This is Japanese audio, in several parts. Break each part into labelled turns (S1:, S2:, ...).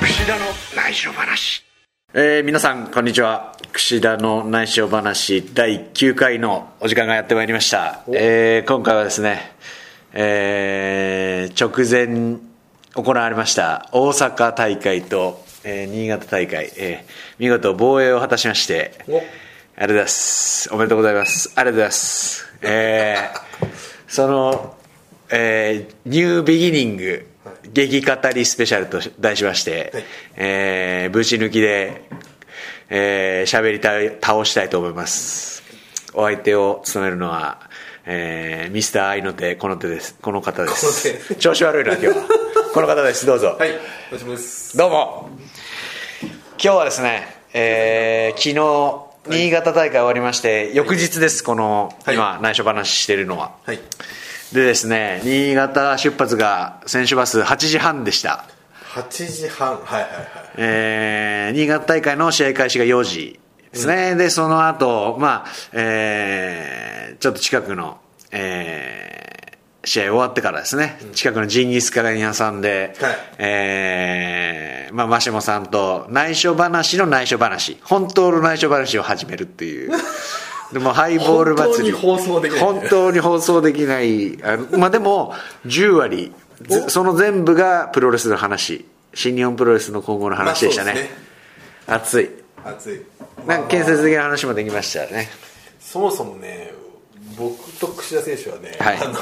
S1: 串田の内緒話
S2: えー皆さんこんにちは櫛田の内緒話第9回のお時間がやってまいりました、えー今回はですね、えー直前行われました大阪大会と、えー新潟大会、えー見事防衛を果たしましてありが
S1: お
S2: とうございますおめでとうございますありがとうございますえーその、えーニュービギニング激語りスペシャルと題しまして、
S1: はい
S2: えー、ぶち抜きで、えー、しゃべりたい倒したいと思いますお相手を務めるのは、えー、ミスター愛の手この手ですこの方です
S1: この手
S2: 調子悪いな今日はこの方ですどうぞ、
S1: はいおしです
S2: どうも今日はですね、えー、昨日新潟大会終わりまして、翌日ですこの、
S1: はい
S2: 今内緒話してるのは
S1: はい
S2: でですね新潟出発が選手バス8時半でした
S1: 8時半はいはいはい
S2: えー新潟大会の試合開始が4時ですね、でその後、まあえーちょっと近くの、えー試合終わってからですね、近くのジンギスカン屋さんで、
S1: はい
S2: えーまあ、マシモさんと内緒話の内緒話本当の内緒話を始めるっていうでもハイボール祭り
S1: 本当に放送できない
S2: 本当に放送できないあのまあでも10割ずその全部がプロレスの話新日本プロレスの今後の
S1: まあ
S2: 話でしたね,、
S1: そうです
S2: 熱い
S1: 暑い
S2: なんか建設的な話もできましたね
S1: そもそもね僕と櫛田選手はね、
S2: はい
S1: あの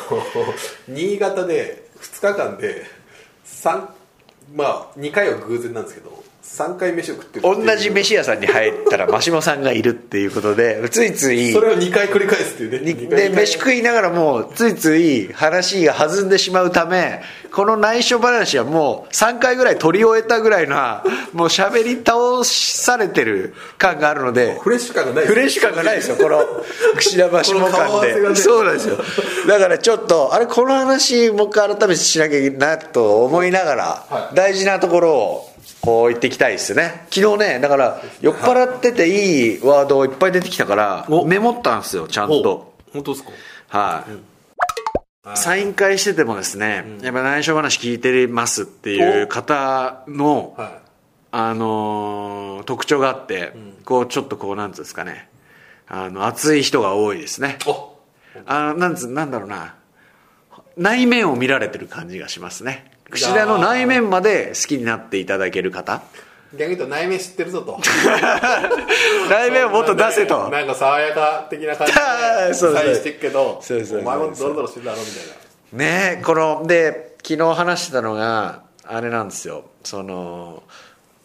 S1: 新潟で2日間で三まあ2回は偶然なんですけど3回飯を食ってるっていう
S2: 同じ飯屋さんに入ったら真島さんがいるっていうことでついつい
S1: それを2回繰り返すっていうね
S2: に
S1: 二回
S2: で飯食いながらもうついつい話が弾んでしまうためこの内緒話はもう3回ぐらい取り終えたぐらいなもう喋り倒されてる感があるので
S1: フレッシュ感がないです
S2: フレッシュ感がないですよこの串田橋も
S1: この顔合
S2: 感
S1: わせがね
S2: でそうなんですよだからちょっとあれこの話もう一回改めてしなきゃいけないなと思いながら、
S1: はい
S2: 大事なところをこう言っていきたいですね昨日ねだから酔っ払ってていいワードをいっぱい出てきたからメモったんですよちゃんと
S1: お本当ですか
S2: はい、サイン会しててもですね、やっぱ内緒話聞いてますっていう方の、
S1: は
S2: あのー特徴があって、こうちょっとこうなんつうんですかねあの熱い人が多いですね
S1: いお
S2: あのなんつなんだろうな内面を見られてる感じがしますね櫛田の内面まで好きになっていただける方
S1: 逆に言うと内面知ってるぞと
S2: 内面をもっと出せと
S1: なんか爽やか的な感じ
S2: あー
S1: で
S2: そうそう
S1: サインしてっけど
S2: そうそうそう
S1: お前もドロドロしてるだろみたいな
S2: ねえこので昨日話してたのがあれなんですよその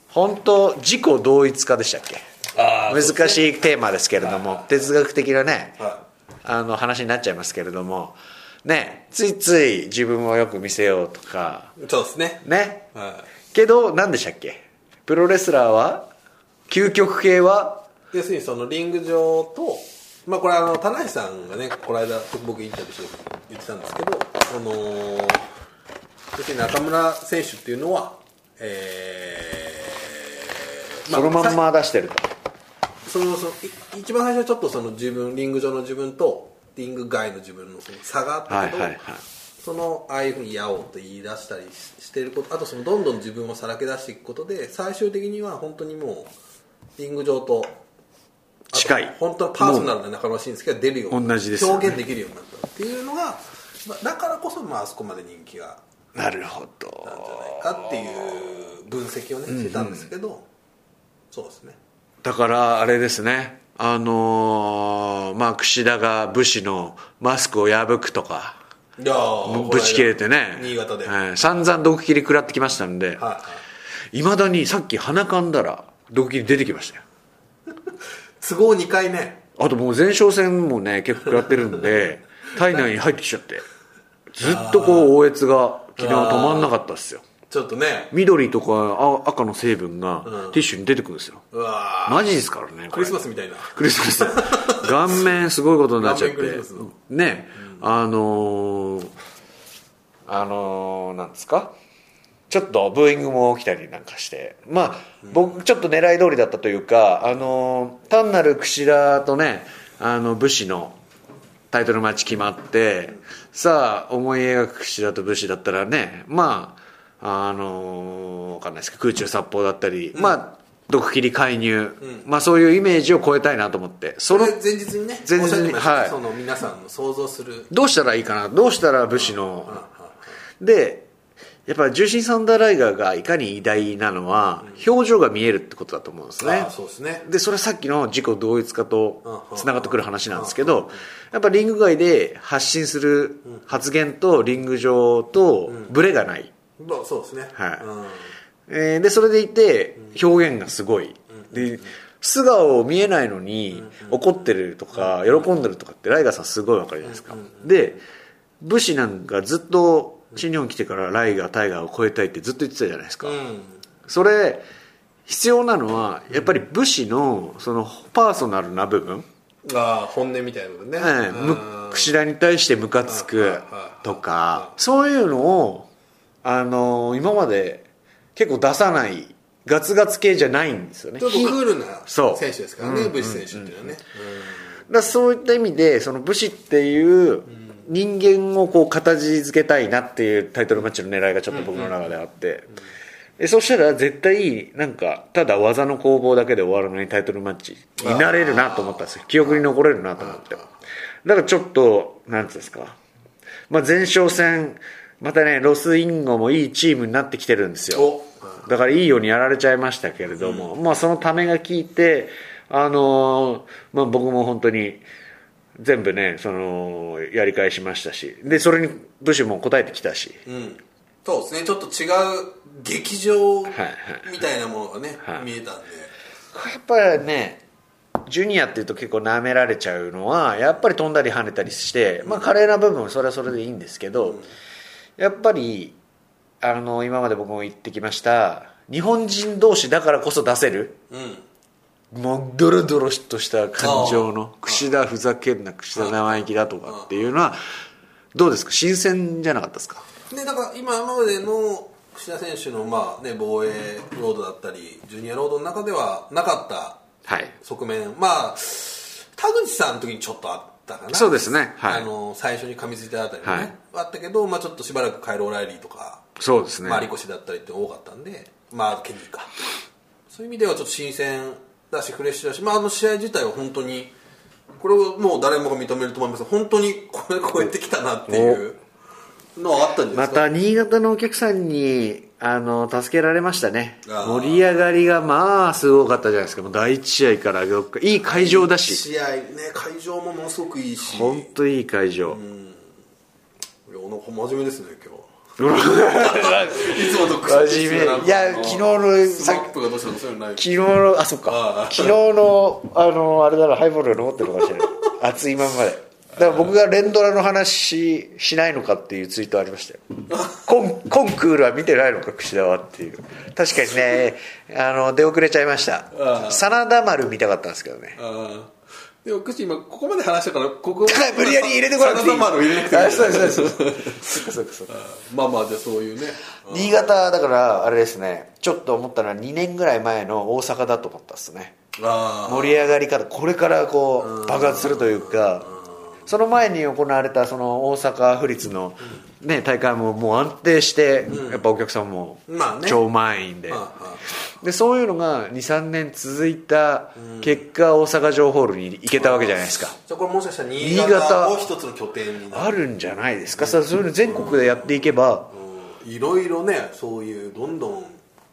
S2: 本当自己同一化でしたっけ
S1: あ
S2: 難しいテーマですけれども、哲学的なね、
S1: は
S2: あの話になっちゃいますけれどもねついつい自分をよく見せようとか
S1: そうですね
S2: ね
S1: は
S2: けど何でしたっけプロレスラーは究極系はい
S1: 要するにそのリング上とまあこれあの田無さんがねこの間僕インタビューして言ってたんですけどその要するに中村選手っていうのはえー
S2: そのまん
S1: さ
S2: ま出してると、
S1: そのそのい一番最初はちょっとその自分リング上の自分とリング外の自分のその差があったけど、
S2: はいはいはい
S1: そのああいうふうに「やおう」と言い出したりししてることあとそのどんどん自分をさらけ出していくことで最終的には本当にもうリング上とあと
S2: 近い
S1: 本当はパーソナルな仲間らしいんですけど出るように
S2: 同じですよね
S1: 表現できるようになったっていうのが、まあ、だからこそ、まああそこまで人気が
S2: なるほど
S1: あったんじゃないかっていう分析をねしてたんですけど、そうですね
S2: だからあれですねあのーまあ櫛田が武士のマスクを破くとか
S1: いやー
S2: ぶち切れてね
S1: 新潟で、
S2: え
S1: はい
S2: ー散々毒切り食らってきましたんでいまだにさっき鼻かんだら毒切り出てきましたよ
S1: 都合2回ね
S2: あともう前哨戦もね結構食らってる んで体内に入ってきちゃってずっとこう応越が昨日止まんなかったっすよ
S1: ちょっとね
S2: 緑とかあ赤の成分がティッシュに出てくるんですよ、
S1: うわー
S2: マジですからねこ
S1: ク
S2: れ
S1: リスマスみたいな
S2: クリスマスだ顔面すごいことになっちゃって
S1: 顔面クリスマ
S2: ねあのーあのーなんですかちょっとブーイングも起きたりなんかしてまあ僕ちょっと狙い通りだったというかあのー単なる櫛田とねあの武士のタイトルマッチ決まってさあ思い描く櫛田と武士だったらねまああのーわかんないですけど空中殺法だったり、まあ毒斬り介入、まあ、そういうイメージを超えたいなと思ってそ
S1: こ
S2: の
S1: れ前日にね
S2: 前
S1: お
S2: 日に
S1: っしゃってましたね
S2: はい
S1: その皆さんの想像する
S2: どうしたらいいかなどうしたら武士のでやっぱ重心サンダーライガーがいかに偉大なのは表情が見えるってことだと思うんですね
S1: あそうですね
S2: でそれはさっきの自己同一化と
S1: うん
S2: つながってくる話なんですけどやっぱリング外で発信する発言とリング上とブレがない、
S1: まあそうですね
S2: はい
S1: うん
S2: えーでそれでいて表現がすごいで素顔見えないのに怒ってるとか喜んでるとかってライガーさんすごいわかるじゃないですかで武士なんかずっと新日本来てからライガータイガーを超えたいってずっと言ってたじゃないですか
S1: うん
S2: それ必要なのはやっぱり武士のそのパーソナルな部分、
S1: ああ本音みたいなのね
S2: ええむ
S1: うん
S2: 櫛田に対してムカつくとかそういうのをあの今まで結構出さないガツガツ系じゃないんですよね
S1: ちょっとクールな
S2: そう
S1: 選手ですからね武士選手っていうのはね
S2: だからそういった意味でその武士っていう人間をこう形付けたいなっていうタイトルマッチの狙いがちょっと僕の中であって、でそしたら絶対なんかただ技の攻防だけで終わらないタイトルマッチになれるなと思ったんですよ記憶に残れるなと思ってだからちょっとなんていうんですか、まあ、前哨戦またねロスインゴもいいチームになってきてるんですよ
S1: お
S2: だからいいようにやられちゃいましたけれども、まあそのためが効いて、あのーまあ、僕も本当に全部ねそのやり返しましたしでそれに武士も答えてきたし、
S1: うんうんそうですねちょっと違う劇場
S2: はい
S1: みたいなものがね
S2: はい
S1: 見えたんで
S2: やっぱりねジュニアっていうと結構舐められちゃうのはやっぱり飛んだり跳ねたりして、まあ、華麗な部分はそれはそれでいいんですけど、やっぱりあの今まで僕も言ってきました日本人同士だからこそ出せる
S1: うん
S2: もうドロドロとした感情の櫛田ふざけんな櫛田生意気だとかっていうのはどうですか新鮮じゃなかったですか
S1: でだから今今までの櫛田選手のまあ、ね、防衛ロードだったりジュニアロードの中ではなかった
S2: はい
S1: 側面まあ田口さんの時にちょっとあったかな
S2: そうですねはい
S1: あの最初に噛みついたあたりね、
S2: はい
S1: あったけど、まあ、ちょっとしばらくカイロ・オライリーとか、
S2: そうですね
S1: まあ、リコシだったりって多かったんでまあケニーかそういう意味ではちょっと新鮮だしフレッシュだし、まあ、あの試合自体は本当にこれをもう誰もが認めると思います本当にこれ超えてきたなっていうのはあったんじゃない
S2: ま
S1: ですか、
S2: た新潟のお客さんにあの助けられましたね
S1: あー
S2: 盛り上がりがまあすごかったじゃないですかもう第一試合から4日いい会場だし
S1: 試合ね会場もものすごくいいし
S2: 本当いい会場
S1: いやなんか真面目ですね今日
S2: うわ
S1: いつもと
S2: 真面目いや昨日の
S1: スマップがどうしたのそういうのない
S2: 昨日のあそっ
S1: あ
S2: か
S1: あ
S2: 昨日のあのあれだなハイボールが残ってるのかもし れない熱いまんまでだから僕が連ドラの話しないのかっていうツイートありましたよコンコンクールは見てないのか櫛田はっていう確かに ねあの出遅れちゃいました
S1: ああ
S2: 真田丸見たかったんですけどね
S1: あーでも口今ここまで話したからこ こ
S2: 無理やり入れてこなくていい
S1: 真田丸を入れなくていい
S2: あそうですそうですそうですそっかそっかそっか
S1: まあまあじゃあそういうね
S2: 新潟だからあれですねちょっと思ったのは2年ぐらい前の大阪だと思ったっすね
S1: あ
S2: 盛り上がり方これからこう爆発するというかその前に行われたその大阪府立の、ね、大会ももう安定してやっぱお客さんも
S1: まあね
S2: 超満員で
S1: ああ
S2: でそういうのが23年続いた結果大阪城ホールに行けたわけじゃないですか
S1: じゃあこれもしかしたら新
S2: 新潟
S1: 潟を一つの拠点にな
S2: あ
S1: る
S2: るんじゃないですかさそういうの全国でやっていけば
S1: うんいろいろねそういうどんどん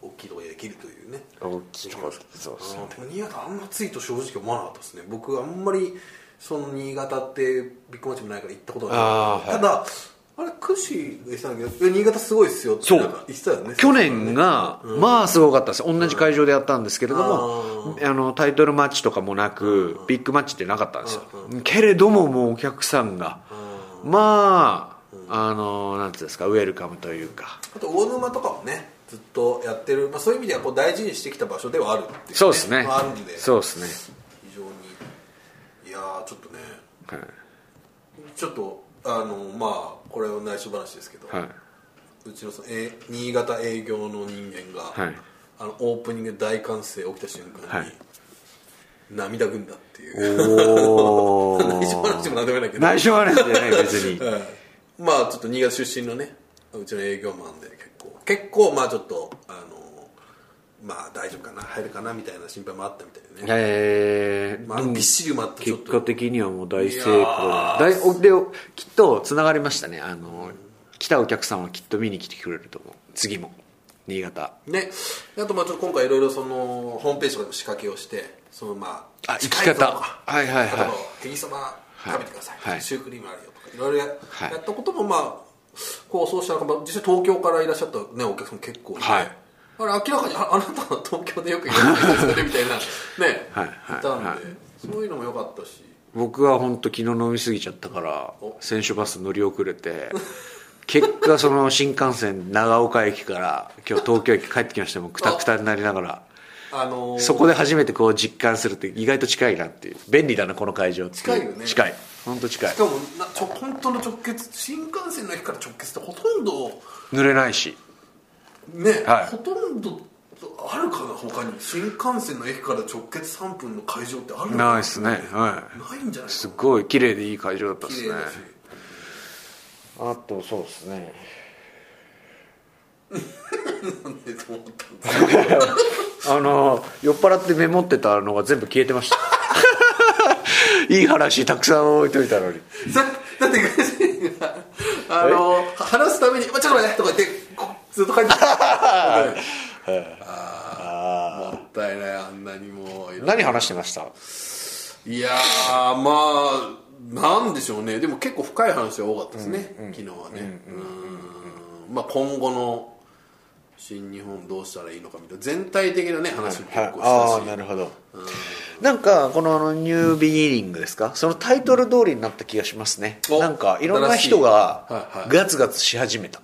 S1: 大きいとこでできるというね
S2: 大きいとこそう
S1: あのでも新潟あんま暑いと正直思わなかったですね僕あんまりその新潟ってビッグマッチもないから行ったことが
S2: あ
S1: な
S2: ー
S1: いただ、あれクシーが言ってたんだけどいや新潟すごいっすよって
S2: そう
S1: なんか言ってたよね
S2: 去年が、まあすごかったです同じ会場でやったんですけれども、あのタイトルマッチとかもなく、ビッグマッチってなかったんですよ、けれどももうお客さんが、まああのなんていうんですかウェルカムというか
S1: あと魚沼とかもねずっとやってる、まあ、そういう意味ではこう大事にしてきた場所ではあるっていう、
S2: そうですね
S1: まあ、あるんで
S2: そうです
S1: 非常にいやーちょっとね
S2: ね、
S1: ちょっとあのまあこれは内緒話ですけど、
S2: はいはいう
S1: ちのそのえ新潟営業の人間が、
S2: はい
S1: あのオープニングで大歓声起きた瞬間に、
S2: はい
S1: 涙ぐんだっていう
S2: お
S1: 内緒話も何でもないけど
S2: 内緒話じゃない別に
S1: うんまあちょっと新潟出身のねうちの営業マンで結構結構まあちょっとあのまあ大丈夫かな入るかなみたいな心配もあったみたいでね、
S2: えー
S1: まあ、あのびっしり埋まったちょっ
S2: 結
S1: と
S2: 果的にはもう大成
S1: い
S2: 功
S1: やー
S2: 大おでおきっとつながりましたねあの来たお客さんはきっと見に来てくれると思う次も新潟
S1: ね、あとまあちょっと今回いろいろそのホームページとかでも仕掛けをしてそのまあ
S2: あ
S1: 近
S2: 生き方
S1: いぞとか
S2: はいはいはい
S1: あとヘギそば食べてください、
S2: はい
S1: シュークリームあるよとかいろいろや,、
S2: はい
S1: やったこともまあこうそうしたらまあ実際東京からいらっしゃった、ね、お客さん結構いて、
S2: はい
S1: あれ明らかにああ なたは東京でよく行ってますよねみたいな ね、
S2: はいはい
S1: いたんで、
S2: はい
S1: そういうのも良かったし
S2: 僕は本当昨日飲み過ぎちゃったから
S1: お
S2: 選手バス乗り遅れて結果その新幹線長岡駅から今日東京駅帰ってきましてもうクタクタになりながら
S1: あのー
S2: そこで初めてこう実感するって意外と近いなっていう便利だなこの会場ってう
S1: 近いよね
S2: 近い本当近い
S1: しかもなちょ本当の直結新幹線の駅から直結ってほとんど
S2: 濡れないし
S1: ね、
S2: はい
S1: ほとんどあるかな他に新幹線の駅から直結3分の会場ってあるのか
S2: ないですねはい
S1: ないんじゃない
S2: すごい綺麗でいい会場だったです
S1: 綺
S2: ね
S1: 麗だし
S2: あとそうですね
S1: なんでと思ったんですか
S2: あの酔っ払ってメモってたのが全部消えてました いい話たくさん置いといたのに
S1: だだってガジンがあの話すために「まあちょっと待って」とか言ってこうずっと書いてた あーもったいないあんなにもういろいろ
S2: 何話してました
S1: いやーまあなんでしょうねでも結構深い話が多かったですね、昨日はねうーんまあ今後の新日本どうしたらいいのかみたいな全体的なね話も結構
S2: ああ
S1: したし
S2: なるほどなんかこのあのニュービギニングですかそのタイトル通りになった気がしますね
S1: お
S2: なんかいろんな
S1: 新しい
S2: 人が
S1: はいはい
S2: ガツガツし始めた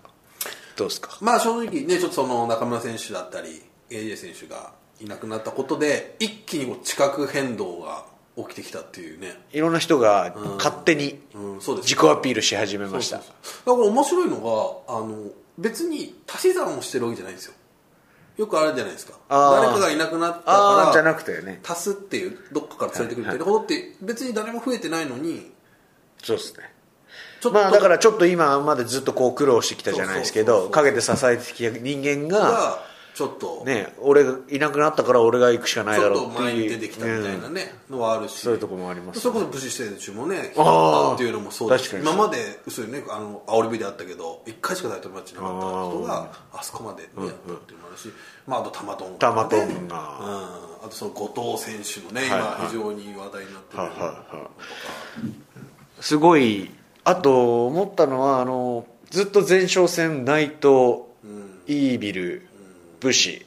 S2: どうですか
S1: まあ正直ねちょっとその中村選手だったり AJ 選手がいなくなったことで一気にこう地殻変動が起きてきたっていうね、
S2: いろんな人が勝手に
S1: うん、そうです
S2: 自己アピールし始めまし
S1: そう
S2: た
S1: そうそうだから面白いのがあの別に足し算をしてるわけじゃないんですよよくあるじゃないですか
S2: あー
S1: 誰かがいなくなった
S2: ああじゃ
S1: か
S2: なくてね
S1: ら足すっていうどっかから連れてくるみたいなことって別に誰も増えてないのに
S2: そうですね
S1: ちょっと、
S2: まあだからちょっと今までずっとこう苦労してきたじゃないです
S1: そ
S2: け
S1: うそう
S2: ど
S1: そう
S2: 陰で支えてきた人間が
S1: がちょっと、
S2: ね俺がいなくなったから俺が行くしかない
S1: ち
S2: だ
S1: ょっ
S2: ろ
S1: と
S2: うって
S1: 前に
S2: いう
S1: 出てきたみたいな
S2: うん
S1: ね、のはあるし
S2: そういうとこもありますね
S1: それこそ武士選手もね
S2: あー
S1: っていうのもそうだし
S2: 確かに
S1: 今まで嘘よねあの煽り火であったけど一回しかタイトルマッチなかった人があそこまでねやったっていうのもあるし、まあ、あと玉トン
S2: 玉ト
S1: ね
S2: ン
S1: うん
S2: が
S1: あとその後藤選手もね、
S2: はいはい
S1: 今非常に話題になってる、
S2: はいはいはいすごいあと思ったのはあのずっと前哨戦内藤、イービル武士、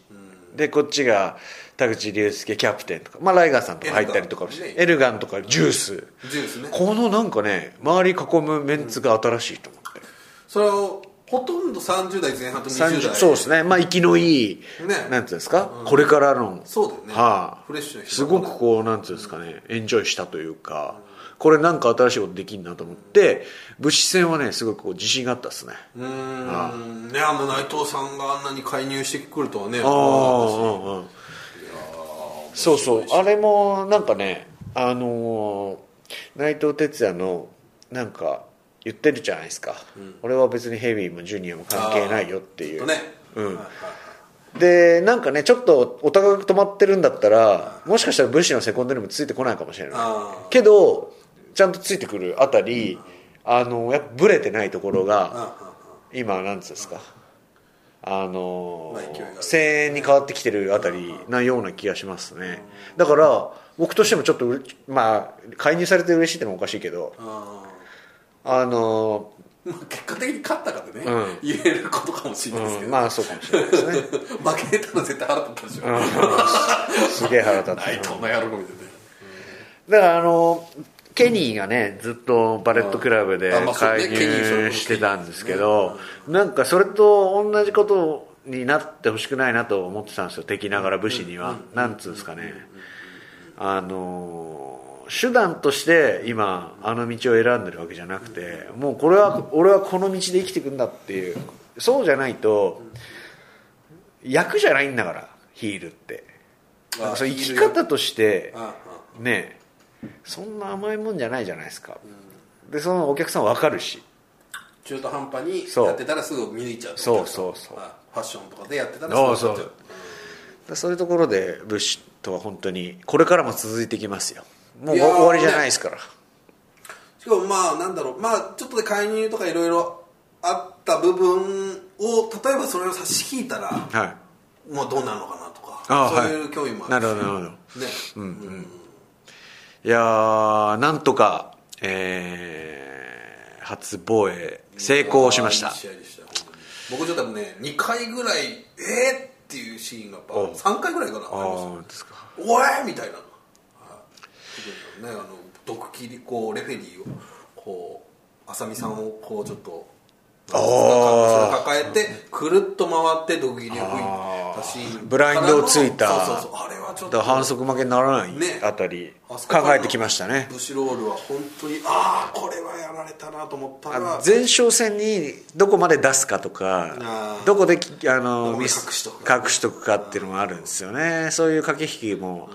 S2: でこっちが田口龍介キャプテンとか、まあ、ライガーさんとか入ったりとかもして
S1: エルガンね
S2: エルガンとかジュース
S1: ジュースね
S2: このなんかね周り囲むメンツが新しいと思って、
S1: それをほとんど30代前半と20
S2: 30
S1: 代
S2: そうですねまあ生きのいい、
S1: ね
S2: なんていうんですか、これからの
S1: そうだよね
S2: はあ
S1: フレッシュな人
S2: すごくこうなんていうんですかねエンジョイしたというかこれなんか新しいことできんなと思って武士戦はねすごくこう自信があったですね
S1: うーんねあの内藤さんがあんなに介入してくるとはね
S2: ああ
S1: 思わなかったし
S2: うんうんそうそうあれもなんかねあのー内藤哲也のなんか言ってるじゃないですか、俺は別にヘビーもジュニアも関係ないよっていう
S1: とね、
S2: うん
S1: はいはい
S2: でなんかねちょっとお互いが止まってるんだったらもしかしたら武士のセコンドにもついてこないかもしれ
S1: あ
S2: ないけどちゃんとついてくるあたりあのやっぱブレてないところ
S1: うんうん
S2: が今なんつうんですかあの
S1: まあ勢いがある
S2: 声援に変わってきてるあたりなような気がしますねだから僕としてもちょっとうれまあ介入されて嬉しいってのもおかしいけど
S1: あ
S2: あの、
S1: ーまあ結果的に勝ったからね、
S2: うん
S1: 言えることかもしれないです
S2: う
S1: け
S2: ん、
S1: ど、
S2: まあそうかもしれないですね
S1: 負けたら絶対腹立ったでしょ、
S2: すげえ腹立って
S1: 内藤の野郎みたい
S2: だからあのケニーがねずっとバレットクラブで
S1: あまあそうね
S2: 介
S1: ケニーそれ
S2: 入
S1: こそ
S2: してたんですけどなんかそれと同じことになってほしくないなと思ってたんですよ敵ながら武士にはなんつうんですかねあの手段として今あの道を選んでるわけじゃなくてもうこれは俺はこの道で生きていくんだっていうそうじゃないと役じゃないんだからヒールって
S1: あ
S2: なんかそう生き
S1: ヒール役
S2: 方として
S1: な、うんうん
S2: ねえそんな甘いもんじゃないじゃないですか、でそのお客さん分かるし
S1: 中途半端に
S2: そう
S1: やってたらすぐ見抜いちゃうと
S2: そうそうそう
S1: はいファッションとかでやってたら
S2: そう
S1: すぐ
S2: そう
S1: 分かっちゃ
S2: だそういうところでブッシュとは本当にこれからも続いていきますよもう
S1: い
S2: 終
S1: やー
S2: わりじゃないですから、
S1: しかもまあなんだろうまあちょっとで介入とかいろいろあった部分を例えばそれを差し引いたら
S2: はい
S1: もうどうなるのかなとか
S2: あ
S1: そう
S2: はい
S1: いう興味もあ
S2: な
S1: る
S2: る
S1: し
S2: ほどなるほ
S1: ね
S2: どいやーなんとかえー初防衛成功しました
S1: いい試合でした本当に僕ちょっとね2回ぐらいえー、っていうシーンがやっぱ3回ぐらいかなあり
S2: あ
S1: ました
S2: ーそうですか
S1: おえみたいな、はい、ねあの毒切りこうレフェリーをこう浅見さんをこうちょっと後ろ
S2: あ
S1: 抱えてくるっと回って毒切りを吹いたシーン
S2: ブラインドをついた
S1: そうそうそうあれはちょっ
S2: あだから
S1: と
S2: 反則負けにならない
S1: ね
S2: あたり
S1: あそ
S2: 考
S1: こからの
S2: えてきましたね
S1: ブシロールは本当にああこれはやられたなと思ったら
S2: あ前哨戦にどこまで出すかと
S1: あ
S2: か
S1: ー
S2: どこできあの
S1: どこで
S2: ミス
S1: 隠しとくか
S2: 隠しとくかっていうのもあるんですよねそういう駆け引きも、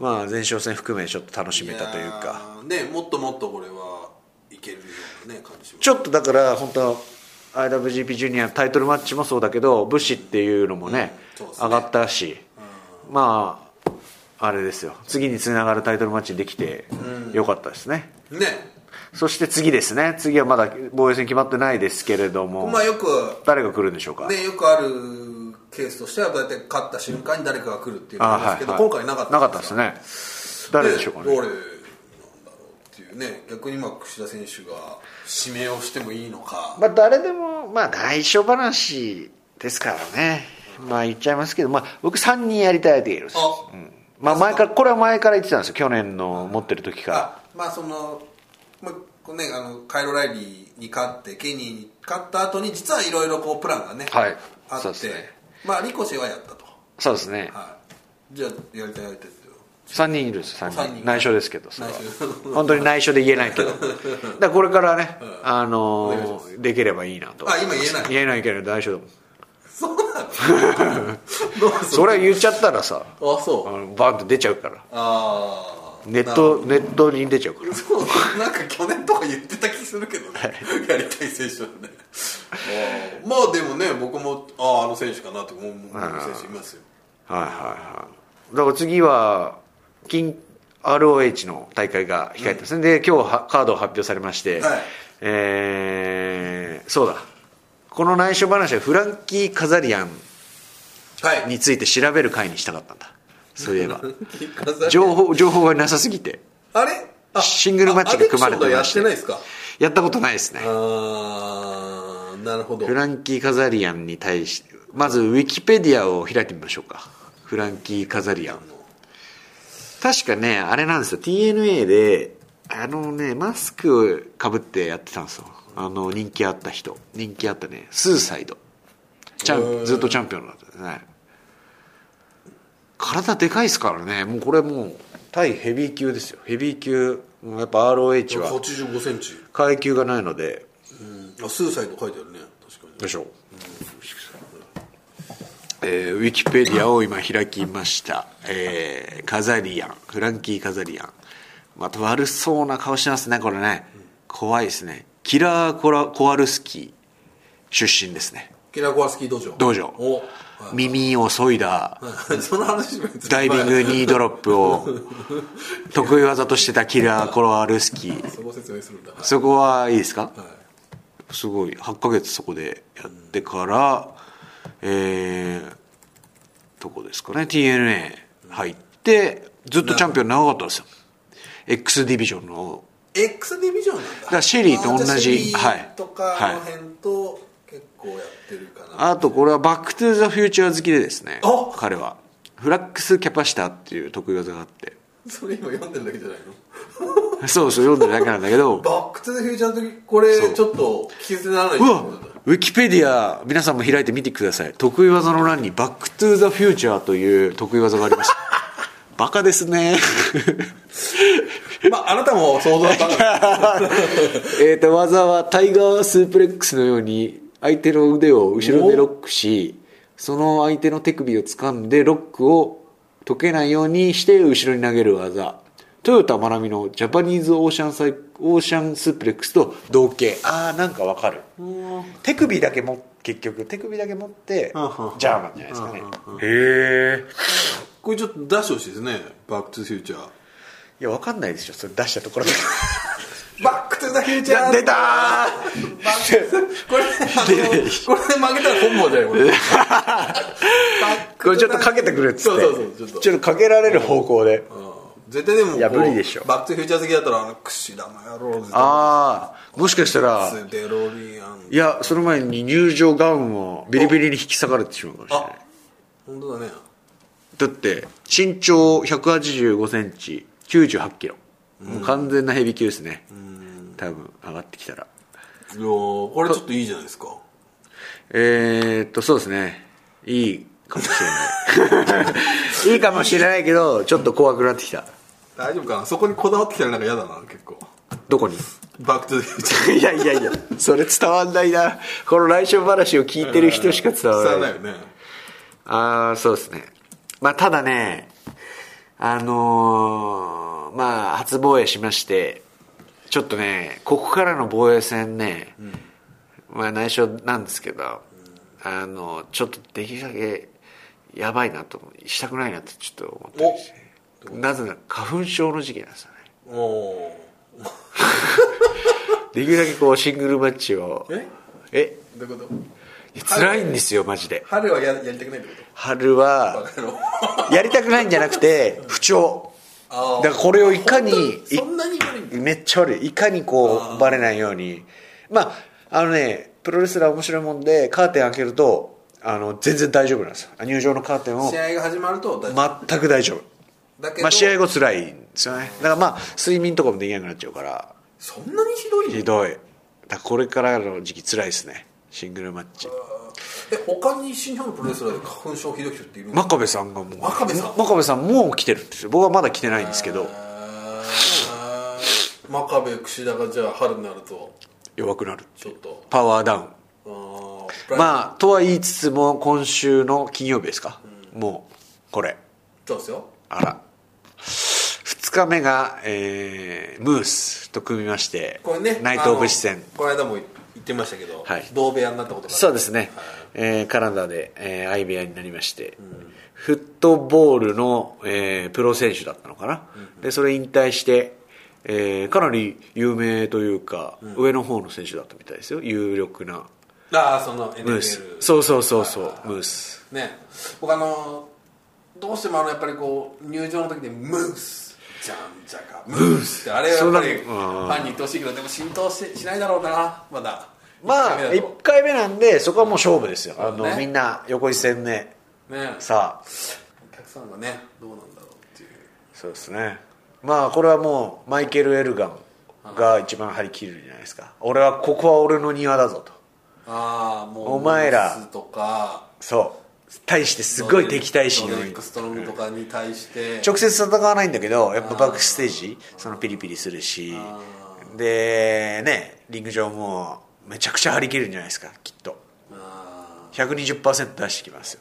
S2: まあ、前哨戦含めちょっと楽しめたというか
S1: いやーねもっともっとこれはいけるようなね感じします
S2: ちょっとだから本当 IWGP ジュニアタイトルマッチもそうだけど武士っていうのもね,、
S1: うんそうですね
S2: 上がったし、まああれですよ次につながるタイトルマッチできてよかったですね、
S1: ね
S2: そして次ですね次はまだ防衛戦決まってないですけれども、
S1: まあよく
S2: 誰が来るんでしょうか
S1: でよくあるケースとしては大体勝った瞬間に誰かが来るっていうの
S2: あ
S1: があるんで
S2: は
S1: すけ
S2: い
S1: ど、
S2: はい、
S1: 今回なかった
S2: なかったですね誰でしょうか
S1: 誰な
S2: ね
S1: んだろうっていうね逆に今櫛田選手が指名をしてもいいのか、
S2: まあ誰でもまあ内緒話ですからねまあ言っちゃいますけど、まあ、僕3人やりたいって言えるんです
S1: あ
S2: うんまあ前からこれは前から言ってたんですよ去年の持ってる時から
S1: あまあその,、まあこうね、あのカイロ・ライリーに勝ってケニーに勝った後に実はいろいろこうプランがね、
S2: はい
S1: あっ
S2: そうで
S1: て、
S2: すね
S1: まあリコシェはやったと、
S2: そうですね
S1: はい、じゃあやりたいやりたいって
S2: 3人いるんですよ3人
S1: 三人
S2: 内緒ですけどそれは
S1: 内緒
S2: 本当に内緒で言えない けどだからこれからね、あのーできればいいなと
S1: あ今言えない
S2: 言えないけど大丈夫
S1: そうなのどうする
S2: それは言っちゃったらさ
S1: あ
S2: あ
S1: そう
S2: のバーンと出ちゃうから
S1: ああ
S2: ネットネットに出ちゃうから
S1: そうなんか去年とか言ってた気するけどね、やりたい選手はねあーまあでもね僕もあああの選手かなと思う選手いますよ
S2: はいはいはいだから次は金 ROH の大会が控えてますね、で今日はカードを発表されまして、
S1: はい
S2: えーそうだこの内緒話はフランキー・カザリアン
S1: はい
S2: について調べる会にしたかったんだそう いえば
S1: 情
S2: 情報情報がなさすぎて
S1: あれあ
S2: シングルマッチが組まれてまして
S1: あアディクションとやってないですか
S2: やったことないですね
S1: ああなるほど
S2: フランキー・カザリアンに対してまずウィキペディアを開いてみましょうかフランキー・カザリアン確かねあれなんですよ TNA であのねマスクかぶってやってたんですよあの人気あった人人気あったねスーサイドチャ
S1: へ
S2: ン
S1: ー
S2: ずっとチャンピオンだったね体でかいですからねもうこれもう対ヘビー級ですよヘビー級もうやっぱ ROH は
S1: 8 5センチ、
S2: 階級がないので
S1: うん、あスーサイド書いてあるね確か
S2: でしょう、えーウィキペディアを今開きました、えーカザリアンフランキー・カザリアンまた悪そうな顔してますねこれね怖いですねキラーコラ・コアルスキー出身ですね
S1: にキラコワスキー道場
S2: 道場
S1: おはい
S2: 耳を削いだ
S1: その話が
S2: ダイビングニードロッ プを得意技としてたキラー・コアルスキー
S1: そこ説明するんだはい
S2: そこはいいですか、
S1: はい
S2: すごい8ヶ月そこでやってから、えー、どこですかね TNA 入ってずっとチャンピオン長かったんですよ X ディビジョンの
S1: X ディビジョンなんだだ
S2: からシェリーと同じはい
S1: とかあの辺と結構やってるかな、
S2: あとこれはバック・トゥ・ザ・フューチャー好きでですね
S1: お
S2: 彼はフラックス・キャパシターっていう得意技があって
S1: それ今読んでるだけじゃないの
S2: そうそう読んでるだけなんだ けど
S1: バック・トゥ・ザ・フューチャーの時これちょっと聞き捨てならないうと
S2: わ
S1: 思うんだ
S2: ウィキペディア皆さんも開いてみてください得意技の欄に「バック・トゥ・ザ・フューチャー」という得意技がありましたバカですね
S1: まああなたも想像だったんだ
S2: えーと技はタイガースープレックスのように相手の腕を後ろでロックしその相手の手首を掴んでロックを解けないようにして後ろに投げる技豊田真奈美のジャパニーズオーシャンサイオーシャンスープレックスと同型ああなんかわかる手首だけも結局手首だけ持って
S1: うんうんうん
S2: ジャーマンじゃないですかねへえ
S1: これちょっと出してほしいですねバック・トゥ・フューチャー
S2: いやわかんないでしょそれ出したところで
S1: バック・トゥ・ザ・フューチャー
S2: 出た
S1: バックこれあのこれで負けたら本望じゃないこれバッ
S2: これちょっとかけてくれっつって
S1: そうそうそうちょっと
S2: ちょっとかけられる方向で
S1: うん絶対でもこう
S2: いや無理でしょ
S1: バック・トゥ・フューチャー好きだったらあの「くしだの野郎」
S2: ああもしかしたら
S1: デロリアン
S2: いやその前に入場ガウンをビリビリに引き裂かれてしまうかもしれない
S1: あ本当だね
S2: だって身長1 8 5センチ9 8キロもう完全なヘビー級ですね多分上がってきたら
S1: いやーこれちょっといいじゃないですか
S2: えー、っとそうですねいいかもしれな いいいかもしれないけどちょっと怖くなってきた
S1: 大丈夫かなそこにこだわってきたらなんか嫌だな結構
S2: どこに
S1: バック・トゥ・フューチャー
S2: いやいやいやそれ伝わんないなこの来週話を聞いてる人しか伝わらない
S1: よね
S2: ああそうですねまあただねあのーまあ初防衛しましてちょっとねここからの防衛戦ね、まあ内緒なんですけど、あのちょっとできるだけやばいなと思うしたくないなとちょっと思ってましてなぜなら花粉症の時期なんですよね
S1: おお
S2: できるだけこうシングルマッチを
S1: え
S2: え
S1: ーどういうこと
S2: 辛いんですよマジで
S1: 春はややりたくないってこ
S2: 春は
S1: と あの
S2: やりたくないんじゃなくて不調
S1: あー
S2: だからこれをいかにい
S1: そんなに悪いんだ
S2: めっちゃ悪いいかにこうバレないようにまああのねプロレスラー面白いもんでカーテン開けるとあの全然大丈夫なんですよ入場のカーテンを
S1: 試合が始まると大丈夫
S2: 全く大丈夫
S1: だけど
S2: まあ試合後辛いんですよねだからまあ睡眠とかもできなくなっちゃうから
S1: そんなにひどいの
S2: ひどいだからこれからの時期辛いですねシングルマッチ
S1: え他に新日本のプロレスラーで花粉症ひどい人っているの
S2: 真壁さんがもう
S1: 真壁さん
S2: 真壁さんもう来てるんですよ僕はまだ来てないんですけど
S1: えー真壁櫛田がじゃあ春になると
S2: 弱くなる
S1: ちょっと
S2: パワーダウン
S1: あー
S2: まあとは言いつつも今週の金曜日ですか、もうこれ
S1: そうですよ
S2: あら2日目が、えームースと組みまして、
S1: これね
S2: 内藤武士戦
S1: あのこの間も言ってましたけど、
S2: はい
S1: 同部屋になったことが
S2: そうですね、えーカナダで、えー相部屋になりまして、フットボールの、えープロ選手だったのかな、でそれ引退して、えーかなり有名というか、上の方の選手だったみたいですよ有力な
S1: ああその
S2: ムース
S1: NBL
S2: そうそうそうそうムース
S1: ね僕あのどうしてもあのやっぱりこう入場の時でムースじゃんじゃかムースってあれはやっぱりフ
S2: そんなうん
S1: ァンに言ってほしいけどでも浸透ししないだろうなまだ
S2: まあ
S1: 一回目だ
S2: 1回目なんでそこはもう勝負ですよあの、
S1: ね
S2: みんな横一線ね
S1: とね
S2: さあ
S1: お客さんがねどうなんだろうっていう
S2: そうですねまあこれはもうマイケル・エルガンが一番張り切るじゃないですか俺はここは俺の庭だぞと
S1: ああもう
S2: お前ら
S1: ムースとか
S2: そう対してすごい敵対心
S1: ノ
S2: を
S1: ーディックストロングとかに対して
S2: 直接戦わないんだけどやっぱバックステージそのピリピリするしでねリング上もめちゃくちゃ張り切るんじゃないですかきっと
S1: あ
S2: 120%出してきますよ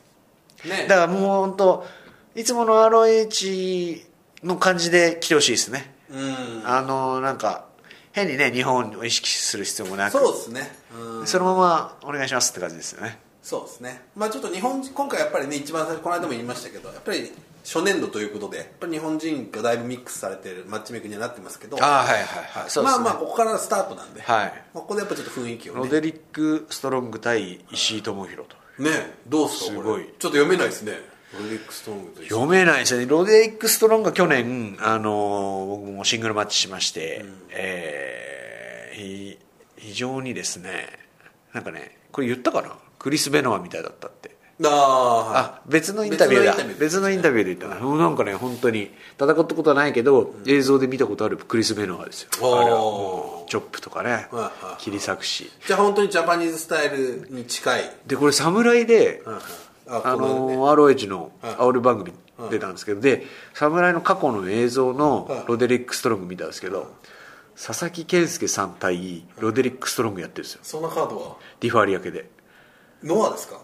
S1: ーね
S2: だからもう本当いつもの ROH の感じで来てほしいですね、
S1: うん
S2: あのなんか変にね日本を意識する必要もなく
S1: そうですねうん
S2: そのままお願いしますって感じですよね
S1: そうですね、まあ、ちょっと日本人今回やっぱりね一番最初この間も言いましたけどやっぱり初年度ということでやっぱり日本人がだいぶミックスされてるマッチメイクにはなってますけど
S2: ああはいはいはいそうですね
S1: まあまあここからスタートなんで、
S2: はい
S1: まあ、ここでやっぱちょっと雰囲気を
S2: ロ
S1: ね
S2: デリック・ストロング対石井智弘と
S1: ねどうっすか
S2: すごい
S1: これちょっと読めないですねロデリックストーングと一緒
S2: 読めないですねロデリック・ストロングが去年、あの僕もシングルマッチしまして、えーひ非常にですねなんかねこれ言ったかなクリス・ベノアみたいだったって
S1: ああはい
S2: あ別のインタビューだ別
S1: 別
S2: の
S1: の
S2: イ
S1: イ
S2: ン
S1: ン
S2: タ
S1: タ
S2: ビューで言ったな、もうなんかね本当に戦ったことはないけど、映像で見たことあるクリス・ベノアですよ
S1: おー
S2: あれはもうチョップとかね、
S1: いはい
S2: 切り裂くし
S1: じゃあ本当にジャパニーズスタイルに近い、
S2: でこれ侍で、
S1: あ
S2: あ
S1: この
S2: の
S1: ね
S2: ROH の煽る番組出たんですけど、で侍の過去の映像のロデリック・ストロング見たんですけど、佐々木健介さん対ロデリック・ストロングやってるんですよ
S1: そのカードは
S2: ディファリア系で
S1: ノアですか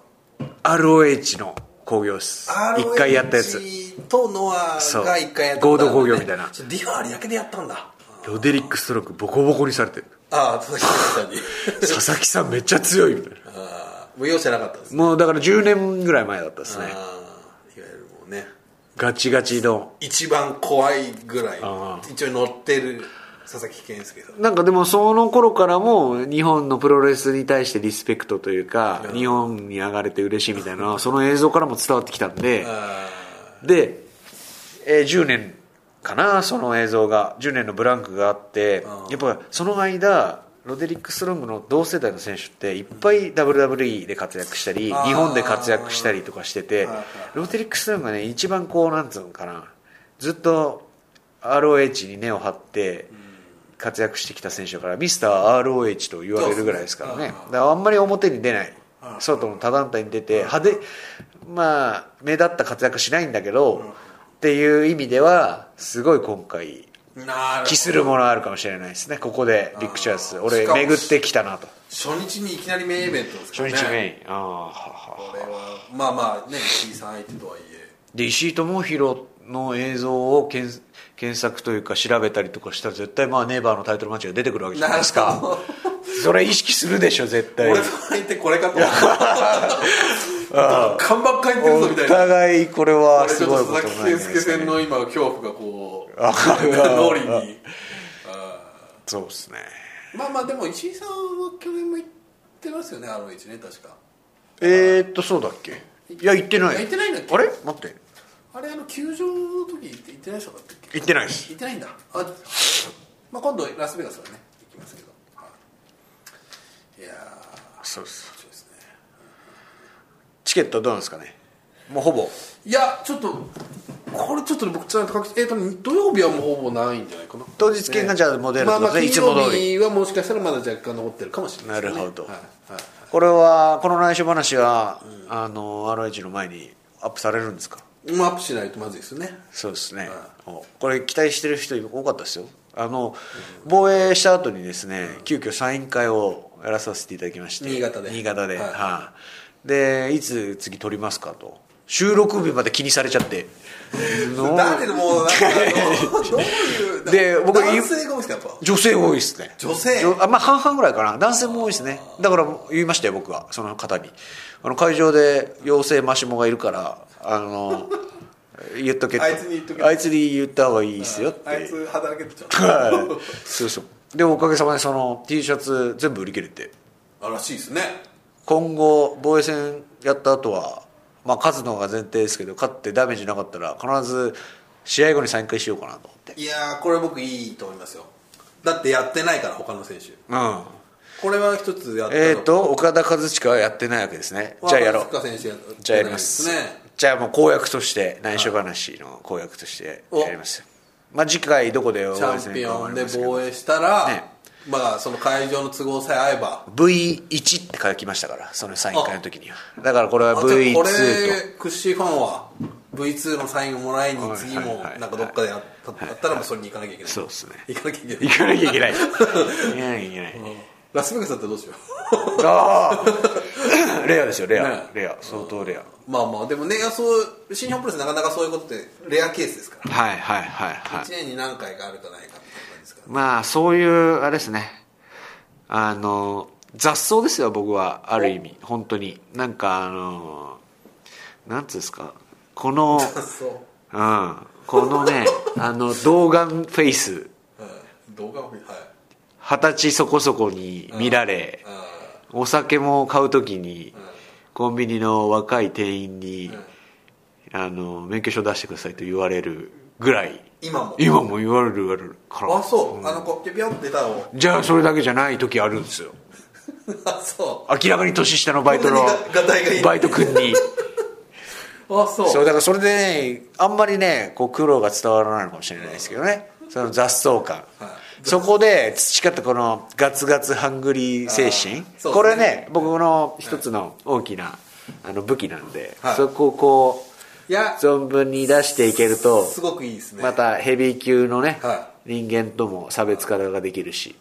S2: ROH の工業室
S1: ROH
S2: 一回やったやつ
S1: とノア
S2: そう
S1: が一回やった
S2: 合同工業みたいな
S1: ちょっとディファーあれだけでやったんだ
S2: ロデリック・ストロークボコボコにされてる
S1: ああ佐々木さんに
S2: 佐々木さんめっちゃ強いみたいな
S1: ああもう容赦なかったですね
S2: もうだから10年ぐらい前だったです
S1: ああ
S2: ね
S1: いわゆるもうね
S2: ガチガチの
S1: 一番怖いぐらい
S2: あ
S1: 一応乗ってる佐々木健介さん
S2: なんかでもその頃からも日本のプロレスに対してリスペクトというか日本に上がれて嬉しいみたいなのはその映像からも伝わってきたんで
S1: あ
S2: で、えー10年かなその映像が10年のブランクがあってやっぱその間ロデリック・ストロングの同世代の選手っていっぱい WWE で活躍したり日
S1: あー
S2: 本で活躍したりとかしてて
S1: はいはい
S2: ロデリック・ストロングがね一番こうなんつうのかなずっと ROH に根を張って活躍してきた選手だからミスター ROH と言われるぐらいですからねだからあんまり表に出ない外の他団体に出て派手まあ目立った活躍しないんだけどっていう意味ではすごい今回
S1: あなるほど
S2: 期するものあるかもしれないですねここでビッグチャンス俺
S1: しかも
S2: 巡ってきたなと
S1: 初日にいきなりメインイベントですか
S2: 初
S1: らね
S2: 日メインああはは
S1: これはまあまあね P さん相手とはいえ
S2: で石井智弘の映像を検検索というか調べたりとかしたら絶対まあネイバーのタイトルマッチが出てくるわけじゃないです
S1: なる
S2: か
S1: ほ
S2: それ意識するでしょ絶対
S1: 俺の相手これかと思った看板書いてるぞみた
S2: お
S1: いな
S2: 互いこれは
S1: 俺ち
S2: す
S1: ょっ
S2: ごい
S1: と
S2: こと
S1: 佐々
S2: にな
S1: 木
S2: り
S1: 健
S2: ま
S1: 介
S2: す
S1: 戦
S2: ね
S1: の今恐怖がこう
S2: あ
S1: 脳裏に
S2: そうですね
S1: まあまあでも石井さんは去年も行ってますよね ROH ね確か
S2: えー、っとそうだっけいや行ってない
S1: いや行ってないんだっけ
S2: あれ待って
S1: あれあの球場の時行って行ってない人だったっけ
S2: 行ってないです
S1: 行ってないんだあ、まあ、今度ラスベガスはね行きますけど、はい、いやー
S2: そうです
S1: そうですね
S2: チケットどうなんですかねもうほぼ
S1: いやちょっとこれちょっとね僕ちゃんと確信えっ、と土曜日はもうほぼないんじゃないかな
S2: 当日券がじゃあもう出るって
S1: ま
S2: こ
S1: あ
S2: と
S1: ま
S2: ね
S1: あ金
S2: いつも
S1: 曜
S2: 通り
S1: 日はもしかしたらまだ若干残ってるかもしれないですね
S2: なるほど
S1: はいはい
S2: これはこの内緒話は、あの RH の前にアップされるんですか
S1: もうアップしないとまずいですよね
S2: そうですね、おこれ期待してる人多かったですよあの、防衛した後にですね、急遽サイン会をやらさせていただきまして
S1: 新潟で
S2: 新潟で、は
S1: はいい
S2: でいつ次撮りますかと収録日まで気にされちゃって の
S1: 誰でもなんかあのどう いう
S2: で僕
S1: 男性が多いですかやっぱ
S2: 女性多いですね
S1: 女性
S2: じょあまあ半々ぐらいかな男性も多いですねだから言いましたよ僕はその方にあの会場で妖精マシモがいるからあの 言っとけ
S1: あいつに言っとけ
S2: あいつに言った方がいいですよって
S1: あいつ働けてちゃ
S2: は
S1: う
S2: いそうそうでおかげさまでその T シャツ全部売り切れて
S1: あらしいですね
S2: 今後防衛戦やった後はまあ勝つのが前提ですけど勝ってダメージなかったら必ず試合後に再開しようかなと思って
S1: いやーこれ僕いいと思いますよだってやってないから他の選手
S2: うん
S1: これは一つやった
S2: えっ、ー、と岡田和親はやってないわけですねじゃあやろう
S1: 若塚選手や
S2: じゃあやります
S1: ね
S2: じゃあもう公約として内緒話の公約としてやりますよまあ次回どこで
S1: チャンピオンで防
S2: 衛
S1: 衛したら、
S2: ね
S1: まあその会場の都合さえ合えば
S2: V1 って書きましたからそのサイン会の時にはだからこれ
S1: あ
S2: は
S1: じゃあ
S2: V2
S1: ことれクッシーファンは V2 のサインをもらい
S2: はい
S1: に次も
S2: はいはい
S1: なんかどっかでやったやったらもうそれに行かなきゃいけない
S2: そうっすね
S1: 行かなきゃいけない
S2: 行かなきゃいけない行かなきゃいけない
S1: ラスベガスだったらどうしよう
S2: ああレアですよレア、
S1: ね
S2: レア相当レア
S1: まあまあでもねそう新日本プロレスなかなかそういうことってレアケースですから
S2: はいはいはいはい
S1: 1年に何回かあるかないかみたいな感じですから
S2: まあそういうあれですねあの雑草ですよ僕はある意味本当になんかあのなんつうんですかこの、
S1: そ
S2: うん、このね あの童顔フェイス
S1: う、うん、動画を見はい
S2: 二十歳そこそこに見られ、
S1: あ
S2: お酒も買う時に、コンビニの若い店員に、あの免許証出してくださいと言われるぐらい
S1: 今も
S2: 今も言われる言われるから
S1: あそう、あのこうピョピョンって出たの
S2: じゃあそれだけじゃない時あるんですよ
S1: あそ
S2: 明らかに年下のバイトの
S1: こんなにががたいがいい
S2: バイト君に
S1: うあそう
S2: そうだからそれでねあんまりねこう苦労が伝わらないのかもしれないですけどねその雑草感、そこで培ったこのガツガツハングリー
S1: あ
S2: 精神
S1: ーそうですね
S2: これね僕の一つの大きなあの武器なんで、
S1: はい
S2: そこをこ
S1: いや
S2: う存分に出していけると
S1: すごくいいですね
S2: またヘビー級のね、
S1: は
S2: 人間とも差別化ができるし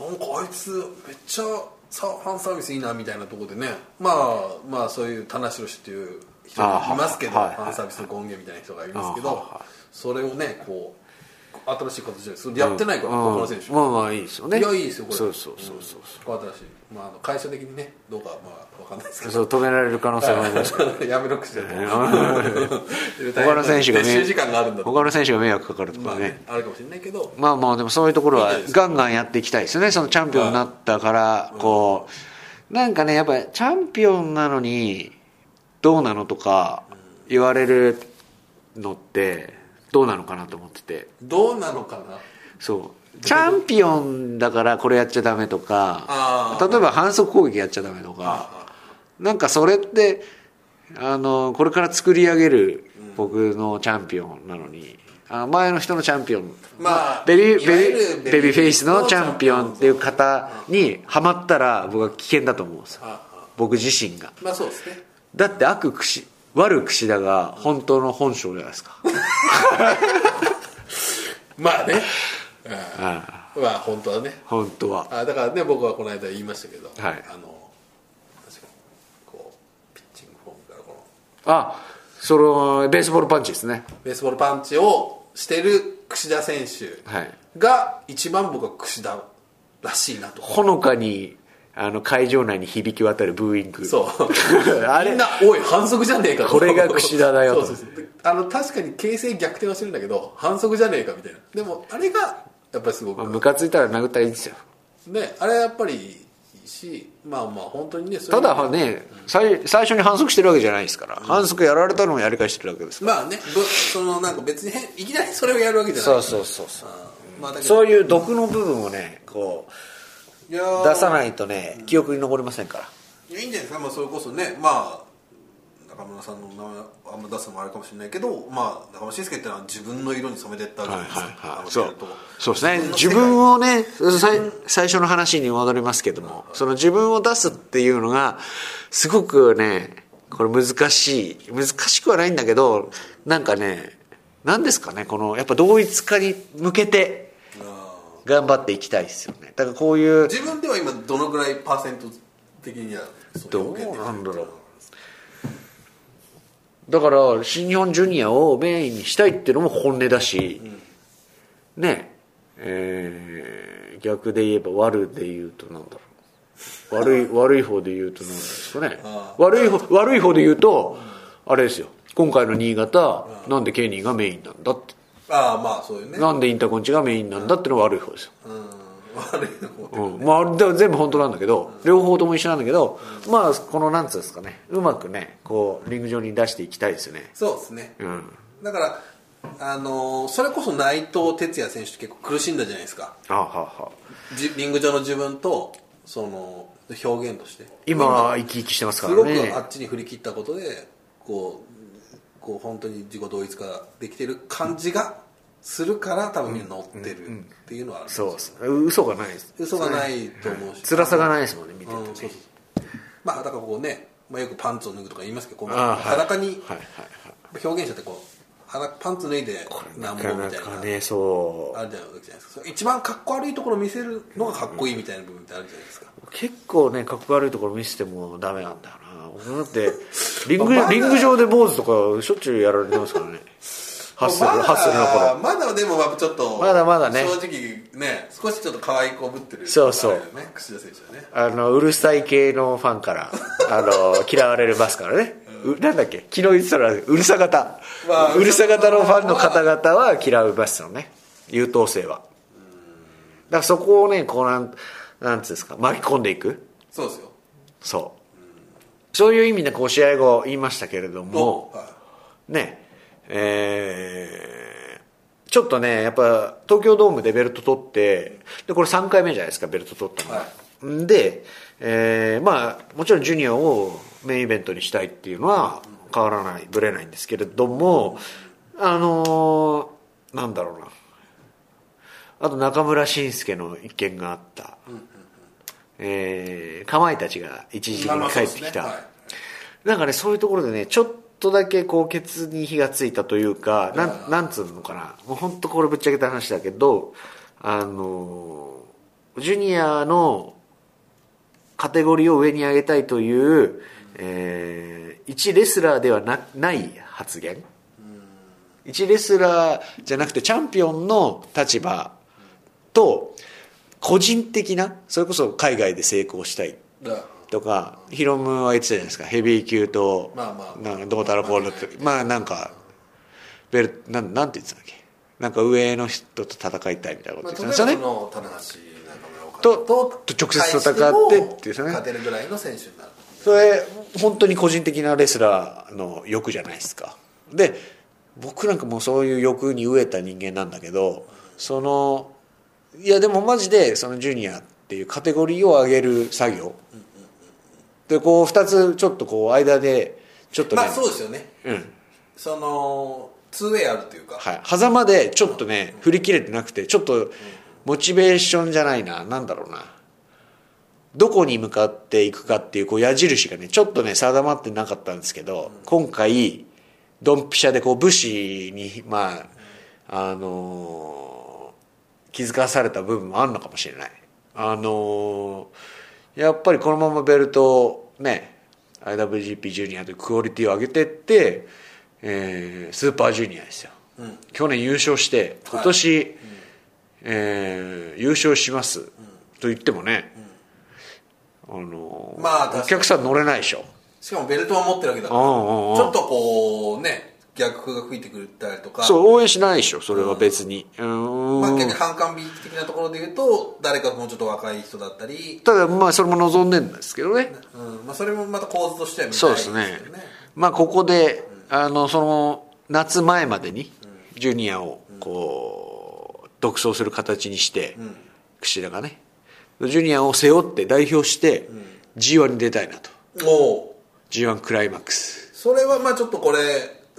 S1: なんかあいつめっちゃさファンサービスいいなみたいなところでねまあまあそういう田無宏っていう人がいますけどフ
S2: あーはい
S1: ァンサービスの権限みたいな人がいますけ
S2: あーは
S1: どそれをねこう新しい形でそれやってないから
S2: うん
S1: 他の選手
S2: まあまあいいですよね
S1: いやいいですよこれ
S2: そうそうそうそう
S1: うんこれ新しい、まあ、あの会社的にねどうかまあわかんないですけど
S2: そう止められる可能性もあ ります
S1: やめろくしても
S2: 他の選手が
S1: 練習時間があるんだと
S2: 他の選手が迷惑かかると
S1: ま
S2: か
S1: あ
S2: ね
S1: ねあるかもしれないけど
S2: まあまあでもそういうところはい
S1: いです
S2: ガンガンやっていきたいですよねそのチャンピオンになったからこうなんかねやっぱりチャンピオンなのにどうなのとか言われるのってどうなのかなと思ってて
S1: どうなのかな
S2: そうチャンピオンだからこれやっちゃダメとか
S1: あー
S2: 例えば反則攻撃やっちゃダメとかなんかそれってあのこれから作り上げる僕のチャンピオンなのにあ前の人のチャンピオン、
S1: まあ
S2: ベビー
S1: いわゆ
S2: ベ
S1: るベ
S2: ビー
S1: ビー
S2: ベビーフェイスのチャンピオンっていう方にはまったら僕は危険だと思うんですよ
S1: ああ
S2: 僕自身が
S1: まあそうですね
S2: だって悪くし悪くしだが本当の本性じゃないですか
S1: まあね
S2: あ
S1: うんまあ本当はね
S2: 本当は
S1: あだからね僕はこの間言いましたけど、
S2: はい
S1: あの確かにこうピッチングフォームからこの
S2: あそのベースボールパンチですね
S1: ベースボールパンチをしてる櫛田選手
S2: はい
S1: が一番僕は櫛田らしいなと
S2: ほのかにあの会場内に響き渡るブーイング
S1: そう
S2: あれ
S1: みんなおい反則じゃねえかと
S2: これが櫛田だよと
S1: そうそうそうあの確かに形勢逆転はしてるんだけど反則じゃねえかみたいなでもあれがやっぱりすごく
S2: まあムカついたら殴ったらいいんですよ
S1: ねあれはやっぱりいいしまあまあ本当にねそれ
S2: ただね最最初に反則してるわけじゃないですから、反則やられたのをやり返してるわけですか
S1: まあねぶそのなんか別に変いきなりそれをやるわけじゃ
S2: ら
S1: ない
S2: そうそうそうそう
S1: うんまあだけど
S2: そういう毒の部分をねこ
S1: いやー
S2: う出さないとね記憶に残りませんから
S1: いやいいんじゃないですか、まあ、それこそねまあ中村さんの名前あんま出すのもあれかもしれないけど、まあ、中村俊輔ってのは自分の色に染めてったわけじゃないですか、あの
S2: そう
S1: ずっと
S2: そうですね
S1: の世
S2: 自
S1: 界
S2: 分をね最最初の話に戻りますけどもその自分を出すっていうのがすごくねこれ難しい難しくはないんだけどなんかね何ですかねこのやっぱ同一化に向けて
S1: うん
S2: 頑張っていきたいですよねだからこういう
S1: 自分では今どのぐらいパーセント的にはそう
S2: ど
S1: 表現
S2: う
S1: できる
S2: なんだろうだから新日本ジュニアをメインにしたいっていうのも本音だし、ねええー逆で言えば悪で言うとなんだろう悪い悪い方で言うとなんですかね
S1: あ
S2: 悪い方悪い方で言うとあれですよ今回の新潟なんでケニーがメインなんだって
S1: ああまあそういうね
S2: なんでインターコンチがメインなんだってのが悪い方ですよ
S1: うん悪いのも
S2: うんまあ、あれでは全部本当なんだけど、両方とも一緒なんだけど、まあこのなんつうんですかねうまくねこうリング上に出していきたいですよね
S1: そうですね、
S2: うん
S1: だからあのーそれこそ内藤哲也選手って結構苦しんだじゃないですか
S2: あはは
S1: じリング上の自分とその表現として
S2: 今は生き生きしてますか
S1: す
S2: ら
S1: ご
S2: ね
S1: くあっちに振り切ったことでこうこう本当に自己同一化できてる感じがするから多分みんな乗ってるっていうのはあるんです
S2: そう
S1: よ
S2: です嘘がないです
S1: 嘘がないと思うし
S2: 辛さがないですもんね見て
S1: うんそう
S2: て
S1: そう
S2: ね
S1: まあだからこうね、まあ、よくパンツを脱ぐとか言いますけどこう
S2: あーはい
S1: 裸に
S2: はいはいはい
S1: 表現者ってこう裸パンツ脱いでな
S2: な
S1: んぼ
S2: かな
S1: みたい
S2: か
S1: な
S2: ねそ
S1: あるじゃないですかそれ一番かっこ悪いところを見せるのがかっこいいみたいな部分ってあるじゃないですか
S2: う結構ねかっこ悪いところ見せてもダメなんだよな俺だって リン
S1: ま
S2: グ
S1: だ
S2: リング上で坊主とかしょっちゅうやられてますからねハッスル
S1: まだ
S2: ハッスルの頃
S1: まだでもまあちょっと
S2: まだまだね
S1: 正直ね少しちょっと可愛い子ぶってる
S2: そうそう
S1: あれだよね櫛田選手はね
S2: あのうるさい系のファンから あの嫌われますからね、うなんだっけ昨日言ってたらうるさ型、
S1: まあ
S2: うるさ型のファンの方々は嫌いますよね優等生はだからそこをねこうなんなんつうんですか巻き込んでいく
S1: そうですよ
S2: そうそういう意味でこう試合後言いましたけれども
S1: う、は
S2: ねえーちょっとねやっぱ東京ドームでベルト取ってでこれ3回目じゃないですかベルト取ったのが、
S1: は
S2: んで、えーまあもちろんジュニアをメインイベントにしたいっていうのは変わらないぶれないんですけれどもあのーなんだろうなあと中村慎介の一件があった、えーかまいたちが一時
S1: まあま
S2: に
S1: あ
S2: 帰
S1: そう
S2: っ
S1: です
S2: て
S1: ね
S2: きた、
S1: はい
S2: なんかねそういうところでねちょっとだけこうケツに火がついたというかなんなんつうのかなもう本当これぶっちゃけた話だけどあのージュニアのカテゴリーを上に上げたいという、え一レスラーではなない発言一レスラーじゃなくてチャンピオンの立場と個人的なそれこそ海外で成功したい
S1: だ
S2: とかヒロムは言ってたじゃないですかヘビー級と
S1: まあまあ
S2: なんかどうたらこう の時まあなんかベルなんなんて言ってたっけなんか上の人と戦いたいみたいなこ
S1: ま
S2: と
S1: あ、
S2: 言っ
S1: 例
S2: て
S1: えばそ
S2: たんですよね
S1: の棚橋中村岡
S2: とと直接戦ってっていうね
S1: 勝てるぐらいの選手になる
S2: それ本当に個人的なレスラーの欲じゃないですかで僕なんかもうそういう欲に飢えた人間なんだけどそのいやでもマジでそのジュニアっていうカテゴリーを上げる作業でこう2つちょっとこう間でちょっとね、
S1: まあそうですよね
S2: うん
S1: その 2way あるというか、
S2: はい、狭間でちょっとね振り切れてなくてちょっとモチベーションじゃないななんだろうなどこに向かっていくかっていうこう矢印がねちょっとね定まってなかったんですけど今回ドンピシャでこう武士にまああのー気づかされた部分もあるのかもしれないあのーやっぱりこのままベルトをね IWGP ジュニアというクオリティを上げてって、えースーパージュニアですよ、去年優勝して今年、えー優勝します、と言ってもね、あのー
S1: まあ確かに
S2: お客さん乗れないでしょ
S1: しかもベルトは持ってるわけだ
S2: う
S1: か
S2: ん
S1: らち
S2: うんうん
S1: ょっとこうね逆風が吹いてくれたりとか
S2: そう応援しないでしょそれは別に、うーん
S1: まあ、逆に反感美意識的なところで言うと誰かもうちょっと若い人だったり、
S2: ただまあそれも望んでるんですけどね
S1: うんまあ、それもまた構図としては見たい
S2: そう
S1: で
S2: ですす
S1: よ
S2: ね
S1: ね
S2: まあここであのその夏前までにジュニアをこう独走する形にして、櫛田がねジュニアを背負って代表して g 1に出たいなと
S1: おう
S2: g 1クライマックス
S1: それはまあちょっとこれ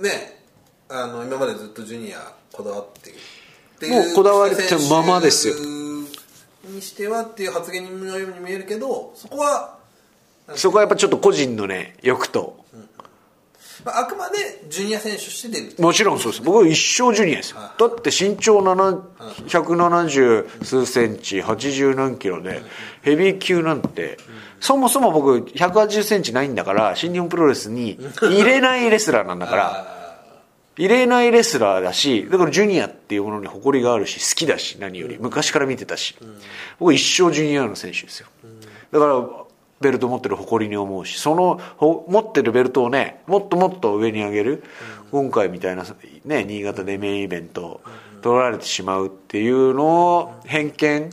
S1: ねあの今までずっとジュニアこだわってって
S2: もうこだわりたままですよ
S1: にしてはっていう発言にもように見えるけどそこは、
S2: そこはやっぱちょっと個人のね欲と
S1: まあ、あくまでジュニア選手として出る
S2: もちろんそうです僕は一生ジュニアですよだって身長7 170数センチ80何キロでヘビー級なんてそもそも僕180センチないんだから新日本プロレスに入れないレスラーなんだから入れないレスラーだしだからジュニアっていうものに誇りがあるし好きだし何より昔から見てたし僕は一生ジュニアの選手ですよだからベルト持ってる誇りに思うしそのほ持ってるベルトをねもっともっと上に上げる、今回みたいな、ね、新潟でメインイベント取られてしまうっていうのを偏見、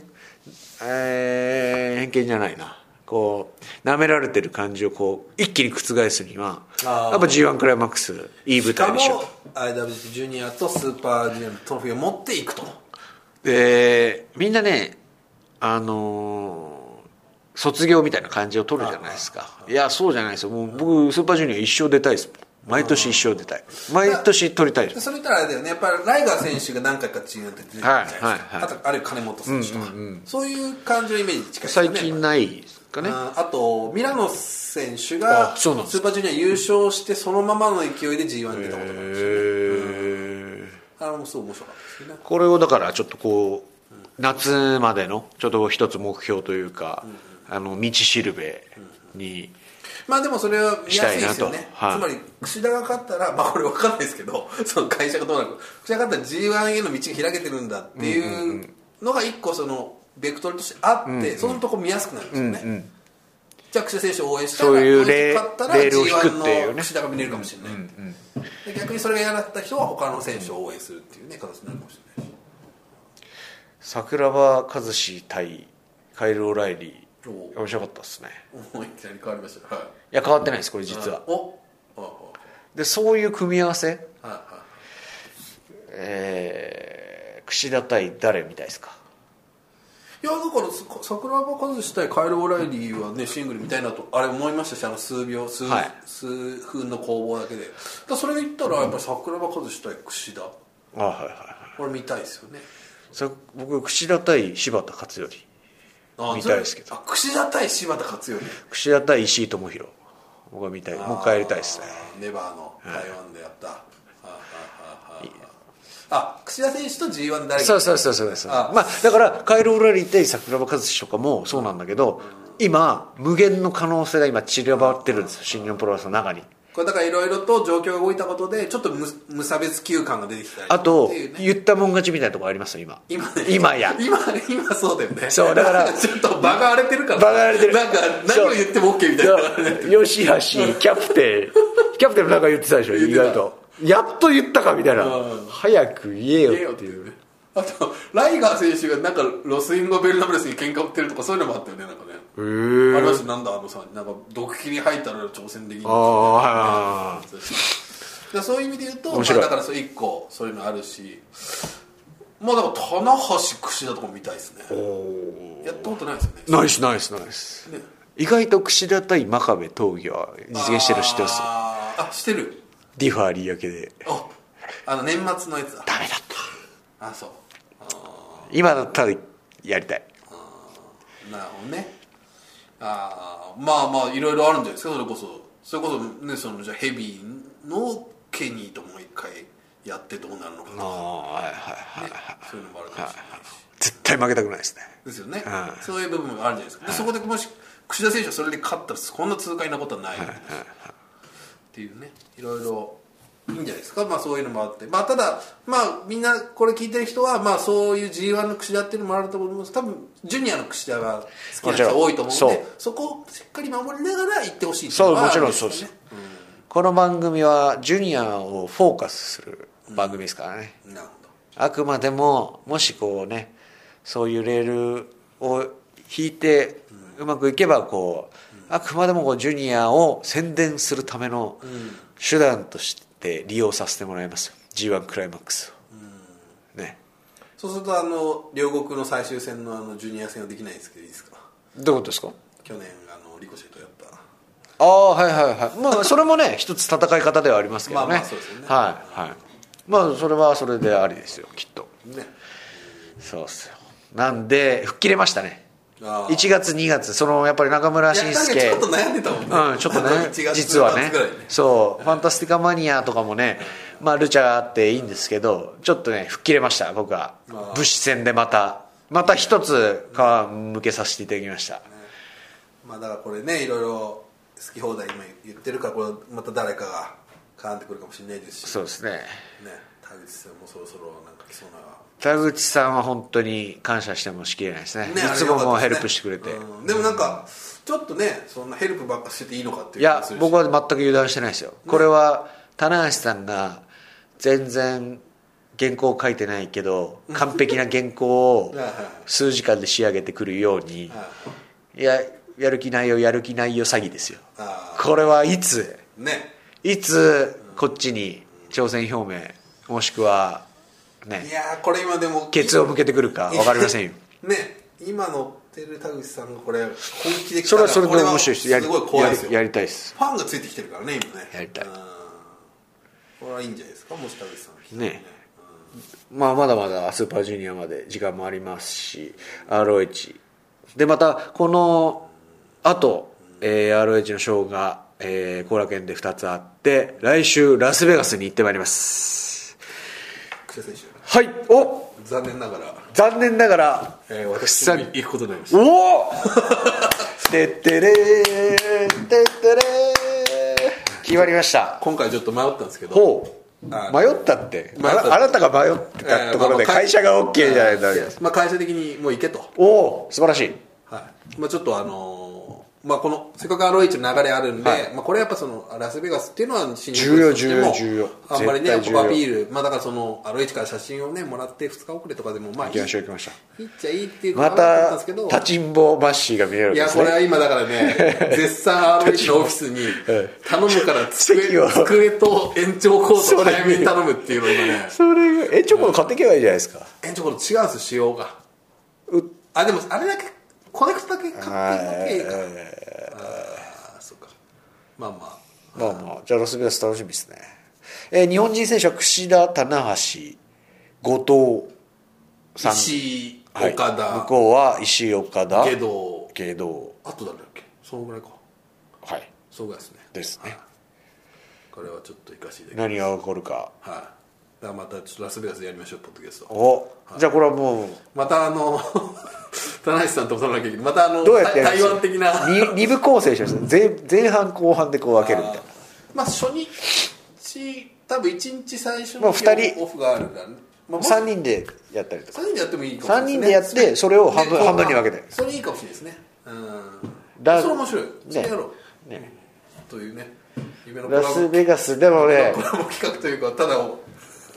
S2: えー偏見じゃないなこう舐められてる感じをこう一気に覆すには
S1: あー
S2: やっぱ g 1クライマックスいい舞
S1: しか
S2: 台
S1: も
S2: でしょ
S1: IWC ジュニアとスーパージュニアのトロフィーを持っていくと
S2: でみんなねあのー卒業みたいな感じを取るじゃないですかいやそうじゃないですよもう僕スーパージュニア一生出たいですもん毎年一生出たい毎年取りたいで
S1: ですそれ言ったらあれだよねやっぱりライガー選手が何回かチームに出てるじゃないですか、
S2: はいはいはい
S1: あとあるいは金本選手とか、そういう感じのイメージに近いですよ
S2: 最
S1: ね
S2: 近ないですかね
S1: あーあとミラノ選手が
S2: あ
S1: ス
S2: そうなんです
S1: ーパージュニア優勝してそのままの勢いで g 1出たことがあるんですよ、
S2: へー
S1: あれもすごい面白かったですけどね
S2: これをだからちょっとこう夏までのちょっと一つ目標というかあの道しるべに
S1: まあでもそれは見やすいですよ
S2: したい
S1: ね
S2: な、とはい
S1: つまり櫛田が勝ったら まあこれ分かんないですけど その会社がどうなるか櫛田が勝ったら g 1への道が開けてるんだっていうのが一個そのベクトルとしてあって、そのとこ見やすくなるんですよね、じゃあ櫛田選手を応援したら
S2: そういう
S1: この
S2: レ
S1: 人
S2: ー
S1: 勝ったら
S2: レールを引
S1: G1
S2: くっていうね
S1: の櫛田が見れるかもしれない、で逆にそれが嫌だった人は他の選手を応援するっていうね形になるかもしれないし
S2: 桜庭和志対カイル・オライリー
S1: お
S2: 面白かったですね
S1: 思いっきり変わりましたはい
S2: いや変わってないですこれ実は
S1: おああ
S2: でそういう組み合わせ
S1: ああ
S2: えー、櫛田対誰みたいですか
S1: いやだからそ桜庭和志対カイル・オライリーはねシングル見たいなとあれ思いましたしあの数秒数,、
S2: はい
S1: 数分の攻防だけでだからそれで言ったらやっぱり桜庭和志対櫛田
S2: あはいはいはい
S1: これ見たいですよね
S2: それ僕櫛田対柴田勝頼
S1: あ
S2: 見たいですけど
S1: それあ櫛田対柴田勝頼
S2: 櫛田対石井智弘僕は見たいもう帰りたいですね
S1: あーネバーの台湾でやった、あああああああ櫛田選手と g 1誰
S2: そう
S1: す
S2: そうそうそうです
S1: あ
S2: まあだからカイロ・オラリー対桜庭和志とかもそうなんだけど今無限の可能性が今散らばってるんですよ新日本プロレスの中に
S1: これだからいろいろと状況が動いたことでちょっと無無差別級感が出てきたり
S2: あと
S1: っていうね
S2: 言ったもん勝ちみたいなところありますよ今
S1: 今ね
S2: 今や
S1: 今今そうだよね
S2: そうだから
S1: ちょっと場が荒れてるから
S2: 場が荒れてる
S1: なんか何を言っても OK みたいなね
S2: よしやしキャプテンキャプテンもなんか言ってたでしょ
S1: 言っ
S2: 意
S1: てた
S2: 外とやっと言ったかみたいな
S1: うん
S2: 早く言え
S1: 言えよ
S2: よ
S1: っ
S2: ってて
S1: い
S2: いうう
S1: ねあとライガー選手がなんかロスインゴ・ベルナブレスに喧嘩売ってるとかそういうのもあったよねなんかね
S2: へ
S1: ありま
S2: ー
S1: したなんだあのさなんか毒気に入ったら挑戦できない
S2: ああはいはいはい
S1: そうだからそういう意味で言うと、ま
S2: 面
S1: あ、
S2: 白い
S1: だからそう一個そういうのあるしまあだから棚橋櫛田とかも見たいですねやったことないですよね
S2: ナイスナイスナイス
S1: ね
S2: 意外と櫛田対真壁闘技は実現してるの知ってます
S1: あーあしてる
S2: ディファー有明で
S1: ああの年末のやつだ
S2: ダメだった
S1: あそう
S2: 今だったらやりたい
S1: なるほどねああまあまあいろいろあるんじゃないですかそれこそそれこそねそのじゃあヘビーのケニーともう一回やってどうなるのかとか、
S2: ああはいはいはい
S1: そういうのもあるかもしれないし
S2: 絶対負けたくないですね
S1: ですよね、
S2: うん
S1: そういう部分もあるじゃないですか、でそこでもし櫛田選手はそれで勝ったらこんな痛快なことはないっていうねいろいろいいんじゃないですか、まあ、そういうのもあって、まあ、ただ、まあ、みんなこれ聞いてる人は、まあ、そういう g 1の櫛田っていうのもあると思います多分ジュニアの櫛田が好きな人が多いと思うん
S2: もちろ
S1: で
S2: ん
S1: そこをしっかり守りながら行ってほしいってい
S2: そうう
S1: のは
S2: もちろ
S1: あ
S2: ん
S1: る
S2: そう
S1: よ
S2: で
S1: ね
S2: す、この番組はジュニアをフォーカスする番組ですからね、
S1: なるほど
S2: あくまでももしこうねそういうレールを引いてうまくいけばこう、あくまでもこうジュニアを宣伝するための手段として利用させてもらいますよ g 1クライマックスを、ね
S1: そうするとあの両国の最終戦のあのジュニア戦はできないですけどいいですか
S2: どういうことですか
S1: 去年あのリコシェとやった
S2: ああはいはいはいまあそれもね 一つ戦い方ではありますけどね
S1: まあまあそうですよね
S2: はいはいまあそれはそれでありですよきっと
S1: ね
S2: そうっすよなんで吹っ切れましたね
S1: あー
S2: 1月2月そのやっぱり中村
S1: いや
S2: 慎
S1: なんか
S2: 介
S1: ちょっと悩んでたもんね、
S2: うん、ちょっと
S1: あ の
S2: ね
S1: 1月
S2: 実は
S1: 末
S2: ね
S1: ぐらい
S2: そう「ファンタスティカマニア」とかもねまあルチャーあっていいんですけどちょっとね吹っ切れました僕は
S1: あ
S2: 武士戦でまたまた一つ皮向けさせていただきました
S1: まあだからこれねいろいろ好き放題今言ってるからこれまた誰かが絡んでくるかもしれないですし
S2: そうですね
S1: ね田口さんもそろそろなんか来そうな
S2: 田口さんは本当に感謝してもしきれないですね
S1: ね
S2: いつももう
S1: あれ
S2: ヘ
S1: 良か
S2: ル
S1: ったです
S2: プ
S1: ね
S2: してくれて、
S1: うんでもなんかちょっとねそんなヘルプばっかしてていいのかっていう
S2: いや
S1: し
S2: 僕は全く油断してないですよ、これは棚橋さんが全然原稿を書いてないけど完璧な原稿を
S1: はいはい
S2: 数時間で仕上げてくるようにいややる気ないよやる気ないよ詐欺ですよ
S1: あ
S2: これはいつ
S1: ーね
S2: いつこっちに挑戦表明もしくはね
S1: いやーこれ今でも
S2: ケツを向けてくるか分かりませんよ
S1: ね今乗ってる田口さんがこれ本気で来
S2: そ
S1: たら
S2: れはそれで面白いです
S1: これ
S2: や
S1: は
S2: り
S1: すごい怖いですよ
S2: やりやりたいです
S1: ファンがついてきてるからね今ね
S2: やりたい
S1: うんこれはいいんじゃないですかもし田口さんが来たら
S2: ねまあ、まだまだスーパージュニアまで時間もありますし ROH でまたこのあと、えー ROH のショーが後、えー後楽園で2つあって来週ラスベガスに行ってまいります
S1: 櫛田選手
S2: はいお
S1: 残念ながら、
S2: 残念ながら、
S1: えー、
S2: くっ
S1: 私
S2: さ
S1: も
S2: ん
S1: 行くことになりました
S2: おおてってれーてってれー決まりました
S1: 今回ちょっと迷ったんですけど
S2: ほう迷ったって
S1: 迷ったって
S2: あらあなたが迷ってたところで
S1: えーまあまあ
S2: 会社が OK じゃないとダメです
S1: まあ、会社的にもう行けと、
S2: おお素晴らしい
S1: はいまあ、ちょっとあのーまあ、このせっかく ROH の流れあるんで、まあ、これやっぱそのラスベガスっていうのは新日本プロレスとしても
S2: 重要重要重要
S1: あんまりねやっ
S2: 絶対重要
S1: ぱアピール、まあ、だからその ROH から写真をねもらって2日遅れとかでもまあいい
S2: 行きましょう
S1: い
S2: 行きましょう
S1: いっちゃいいっていう
S2: ま
S1: 考えだったん
S2: た
S1: ですけど
S2: 立ちんぼマッシーが見れるん
S1: い
S2: で
S1: や
S2: す
S1: これ
S2: ね
S1: は今だから ね絶賛 ROH のオフィスに頼むから
S2: 席を
S1: 机机と延長コードを早めに頼むっていうのがね
S2: それえチョコ買ってけばいいじゃないですか
S1: 延長コード違うんです仕様があでもあれだけコネクトだけ買ってだけいいかああそうかまあまあ
S2: まあまあじゃあロスベガス楽しみですねえー日本人選手は櫛田棚橋後藤さん
S1: 石井
S2: はい
S1: 岡
S2: 向
S1: 田
S2: こうは石井岡田
S1: 下道
S2: 外道
S1: あと誰だっけそのぐらいか
S2: はい
S1: そのぐらいですね
S2: ですね
S1: これはちょっといかしていただき
S2: 何が起こるか
S1: ますはいだからまたちょっとラスベガスでやりましょうポッドキャスト
S2: おじゃあこれはもう
S1: またあの 田中さんとも撮らなきゃいけないまたあの
S2: どうやってや
S1: 台
S2: る
S1: 湾的な
S2: 2部構成しました前前半後半でこう分けるみたいな
S1: まあ初日多分一日最初
S2: まあ
S1: の日
S2: 二人
S1: オフがあるから、まあ、もし
S2: 3人でやったりとか
S1: 三人でやってもいいかもしれない
S2: 三人でやってそれを半分
S1: ね
S2: 半分に分けて
S1: それいいかもしれないですねうん
S2: だ
S1: それ面白いそれやろう、
S2: ね
S1: というね夢のコラ
S2: ラ
S1: ボ
S2: スベガスでもね
S1: コラボ企画というかただを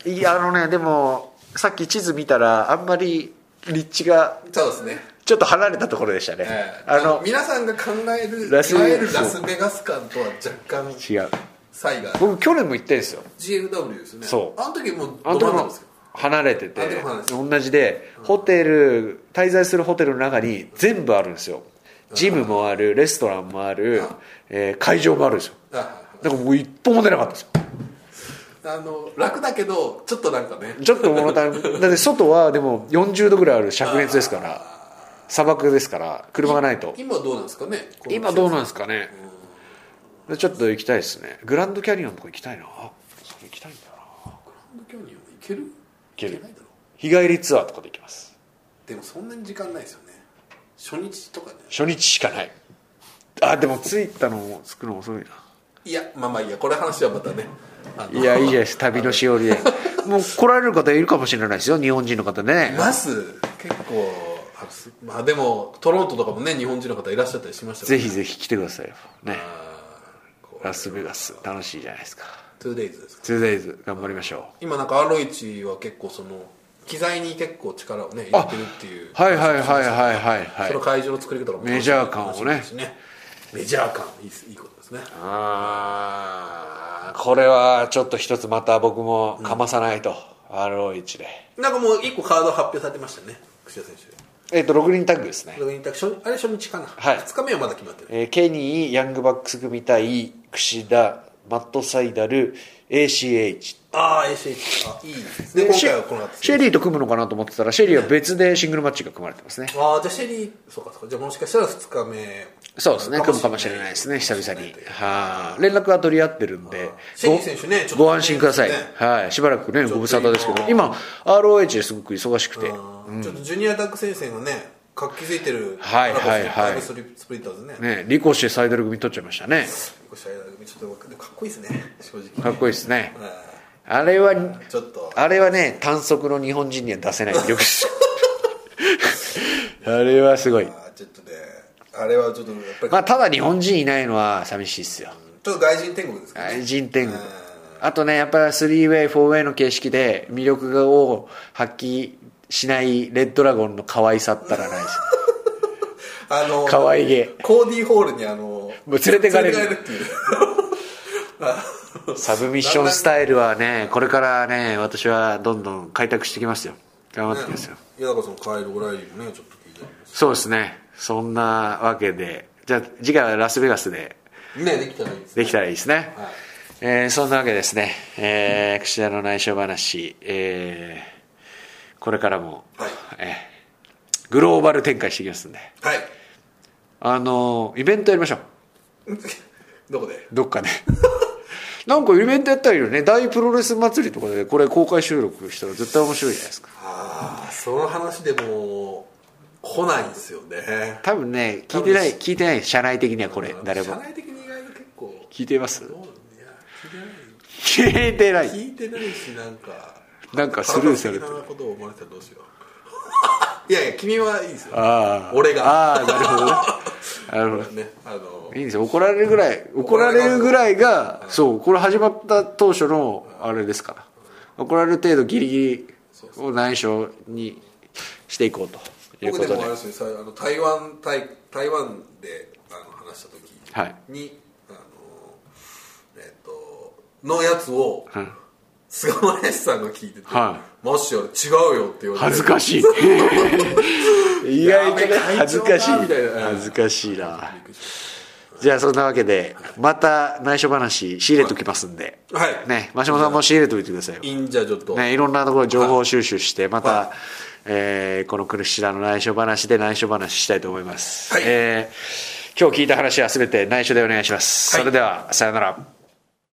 S2: いやあのねでもさっき地図見たらあんまり立地が
S1: そうですね、
S2: ちょっと離れたところでしたね、
S1: ええ
S2: あの
S1: 皆さんが考えるい
S2: ラス
S1: わゆるラスベガス感とは若干
S2: 違う
S1: 差異がある
S2: 僕去年も行ってんですよ
S1: GFW ですね
S2: そう
S1: あの時もう
S2: あの
S1: ど真
S2: 時
S1: ん中
S2: も
S1: ですよ
S2: 離れて
S1: あの
S2: て
S1: 時も離れて
S2: 同じでホテル滞在するホテルの中に全部あるんですよジムもあるレストランもある、えー会場もあるんですよ
S1: あはいはい
S2: だからもう一歩も出なかったんですよ
S1: あの楽だけどちょっとなんかね
S2: ちょっと物足り だって外はでも40度ぐらいある灼熱ですから砂漠ですから車がないと
S1: 今どうなんですかねこの
S2: 今どうなんですかねちょっと行きたいですねグランドキャニオンとか行きたいなあそれ行きたいんだよ
S1: グラ
S2: な
S1: ンドキャニオンいけるい
S2: ける
S1: ないだろう
S2: 日帰りツアーとかで行きます
S1: でもそんなに時間ないですよね初日とかね
S2: 初日しかないあでも着いたのも着くの遅い
S1: いやまあまあいいやこれ話はまたねあの
S2: ないやいいじゃない です旅のしおりでもう来られる方いるかもしれないですよ日本人の方ね
S1: まず結構あのすまあでもトロントとかもね日本人の方いらっしゃったりしましたから
S2: ぜひぜひ来てくださいよね
S1: こう
S2: ラスベガス楽しいじゃないですか
S1: 2days ですか
S2: 2days 頑張りましょ
S1: 今なんかアロイチは結構その機材に結構力をね入れてるっていう
S2: うはいはいはいはいはいはい
S1: その会場の作り方が
S2: メジャー感をね
S1: 楽しみですメジャー感いいっすいいことですね
S2: あーこれはちょっと一つまた僕もかまさないと、ROH で
S1: なんかもう一個カード発表されてましたね櫛田選手
S2: えっ、と6人タッグですね、
S1: ログインタク初日あれ初日かな、
S2: はい
S1: 2日目はまだ決まってない
S2: えーケニーヤングバックス組対櫛田マットサイダル ACH
S1: ああ ACH あいいですね今回はこの後
S2: シェシェリーと組むのかなと思ってたらシェリーは別でシングルマッチが組まれてますね
S1: ああじゃあシェリーそうかそうかじゃあもしかしたら2日目
S2: そうですね組むかもしれないですね久々にはい連絡は取り合ってるんで
S1: シェリー選手ねちょっと
S2: ごご安心ください、
S1: ね
S2: はいしばらくね
S1: と
S2: ご無沙汰ですけど
S1: 今
S2: 今 ROH ですごく忙しくて
S1: うんちょっとジュニアタッグ戦線がね活気づいてる
S2: はいはいはい
S1: アラボスとタイムスリスプリッターズね
S2: ね、リコシェサイドル組取っちゃいましたね
S1: ちょっとかっこいいですね正直
S2: かっこいいですね
S1: うん
S2: あれは
S1: ちょっと
S2: あれはね短足の日本人には出せない魅力ですあれはすごい、
S1: あーちょっとねあれはちょっとやっぱり
S2: まあ、ただ日本人いないのは寂しいっすよ
S1: ちょっと外人天国ですかね
S2: 人天国あとねやっぱり 3way、4way の形式で魅力を発揮しないレッドラゴンの可愛さったらないです
S1: あの
S2: 可愛げ
S1: コーディーホールにあの
S2: もう連れてかれる
S1: 連れてっていうあの
S2: サブミッションスタイルはねこれからね私はどんどん開拓してきますよ頑張ってきますよ、
S1: いやだからそのカイル・オライリーもねちょっと聞いて
S2: そうですねそんなわけでじゃあ次回はラスベガスで
S1: みますねできたらいいですね
S2: できたらいいですね、えーそんなわけですね、えー、櫛田の内緒話、えーこれからも、
S1: はい
S2: えーグローバル展開していきますんで
S1: はい
S2: あのーイベントやりましょう
S1: どこで
S2: どっかでなんかイベントやったらいいよね大プロレス祭りとかでこれ公開収録したら絶対面白いじゃないですか
S1: ああその話でも来ないんですよね
S2: 多分ね聞いてない聞いてない社内的にはこれ誰
S1: 社
S2: も
S1: 内的に意外と結構
S2: 聞いてます
S1: どうなんだいや聞いてないよ
S2: 聞い
S1: 聞いて
S2: てない
S1: ないしなんか
S2: なんかスルーされてる
S1: 腹立つ的なことを思われたらどうしよう いやいや君はいいですよ
S2: ああ
S1: 俺が
S2: ああなる ほどねなるほど
S1: ねあの
S2: いいんですよ怒られるぐらい怒られるぐらいがそうこれ始まった当初のあれですから怒られる程度ギリギリを内緒にしていこうという
S1: 僕
S2: こ
S1: で
S2: と
S1: もあ
S2: で
S1: れですよさあの台湾台台湾であの話した時に、
S2: はい
S1: あのえっとのやつを、
S2: うん
S1: 菅間林さんが聞いてて「
S2: は
S1: もしより違うよ」って言われて
S2: 恥ず かしい意外とね恥ずかしい
S1: やべ会長だみたいな
S2: 恥ずかしいなじゃあそんなわけでまた内緒話仕入れときますんで
S1: はい
S2: ね真島さんも仕入れといてくださいよ
S1: いいんじゃちょっと、
S2: ね、いろんなところ情報収集して、また、
S1: は
S2: えーこの苦しらの内緒話で内緒話したいと思います。
S1: はい
S2: えー今日聞いた話は全て内緒でお願いします。
S1: はい
S2: それでは、さようなら。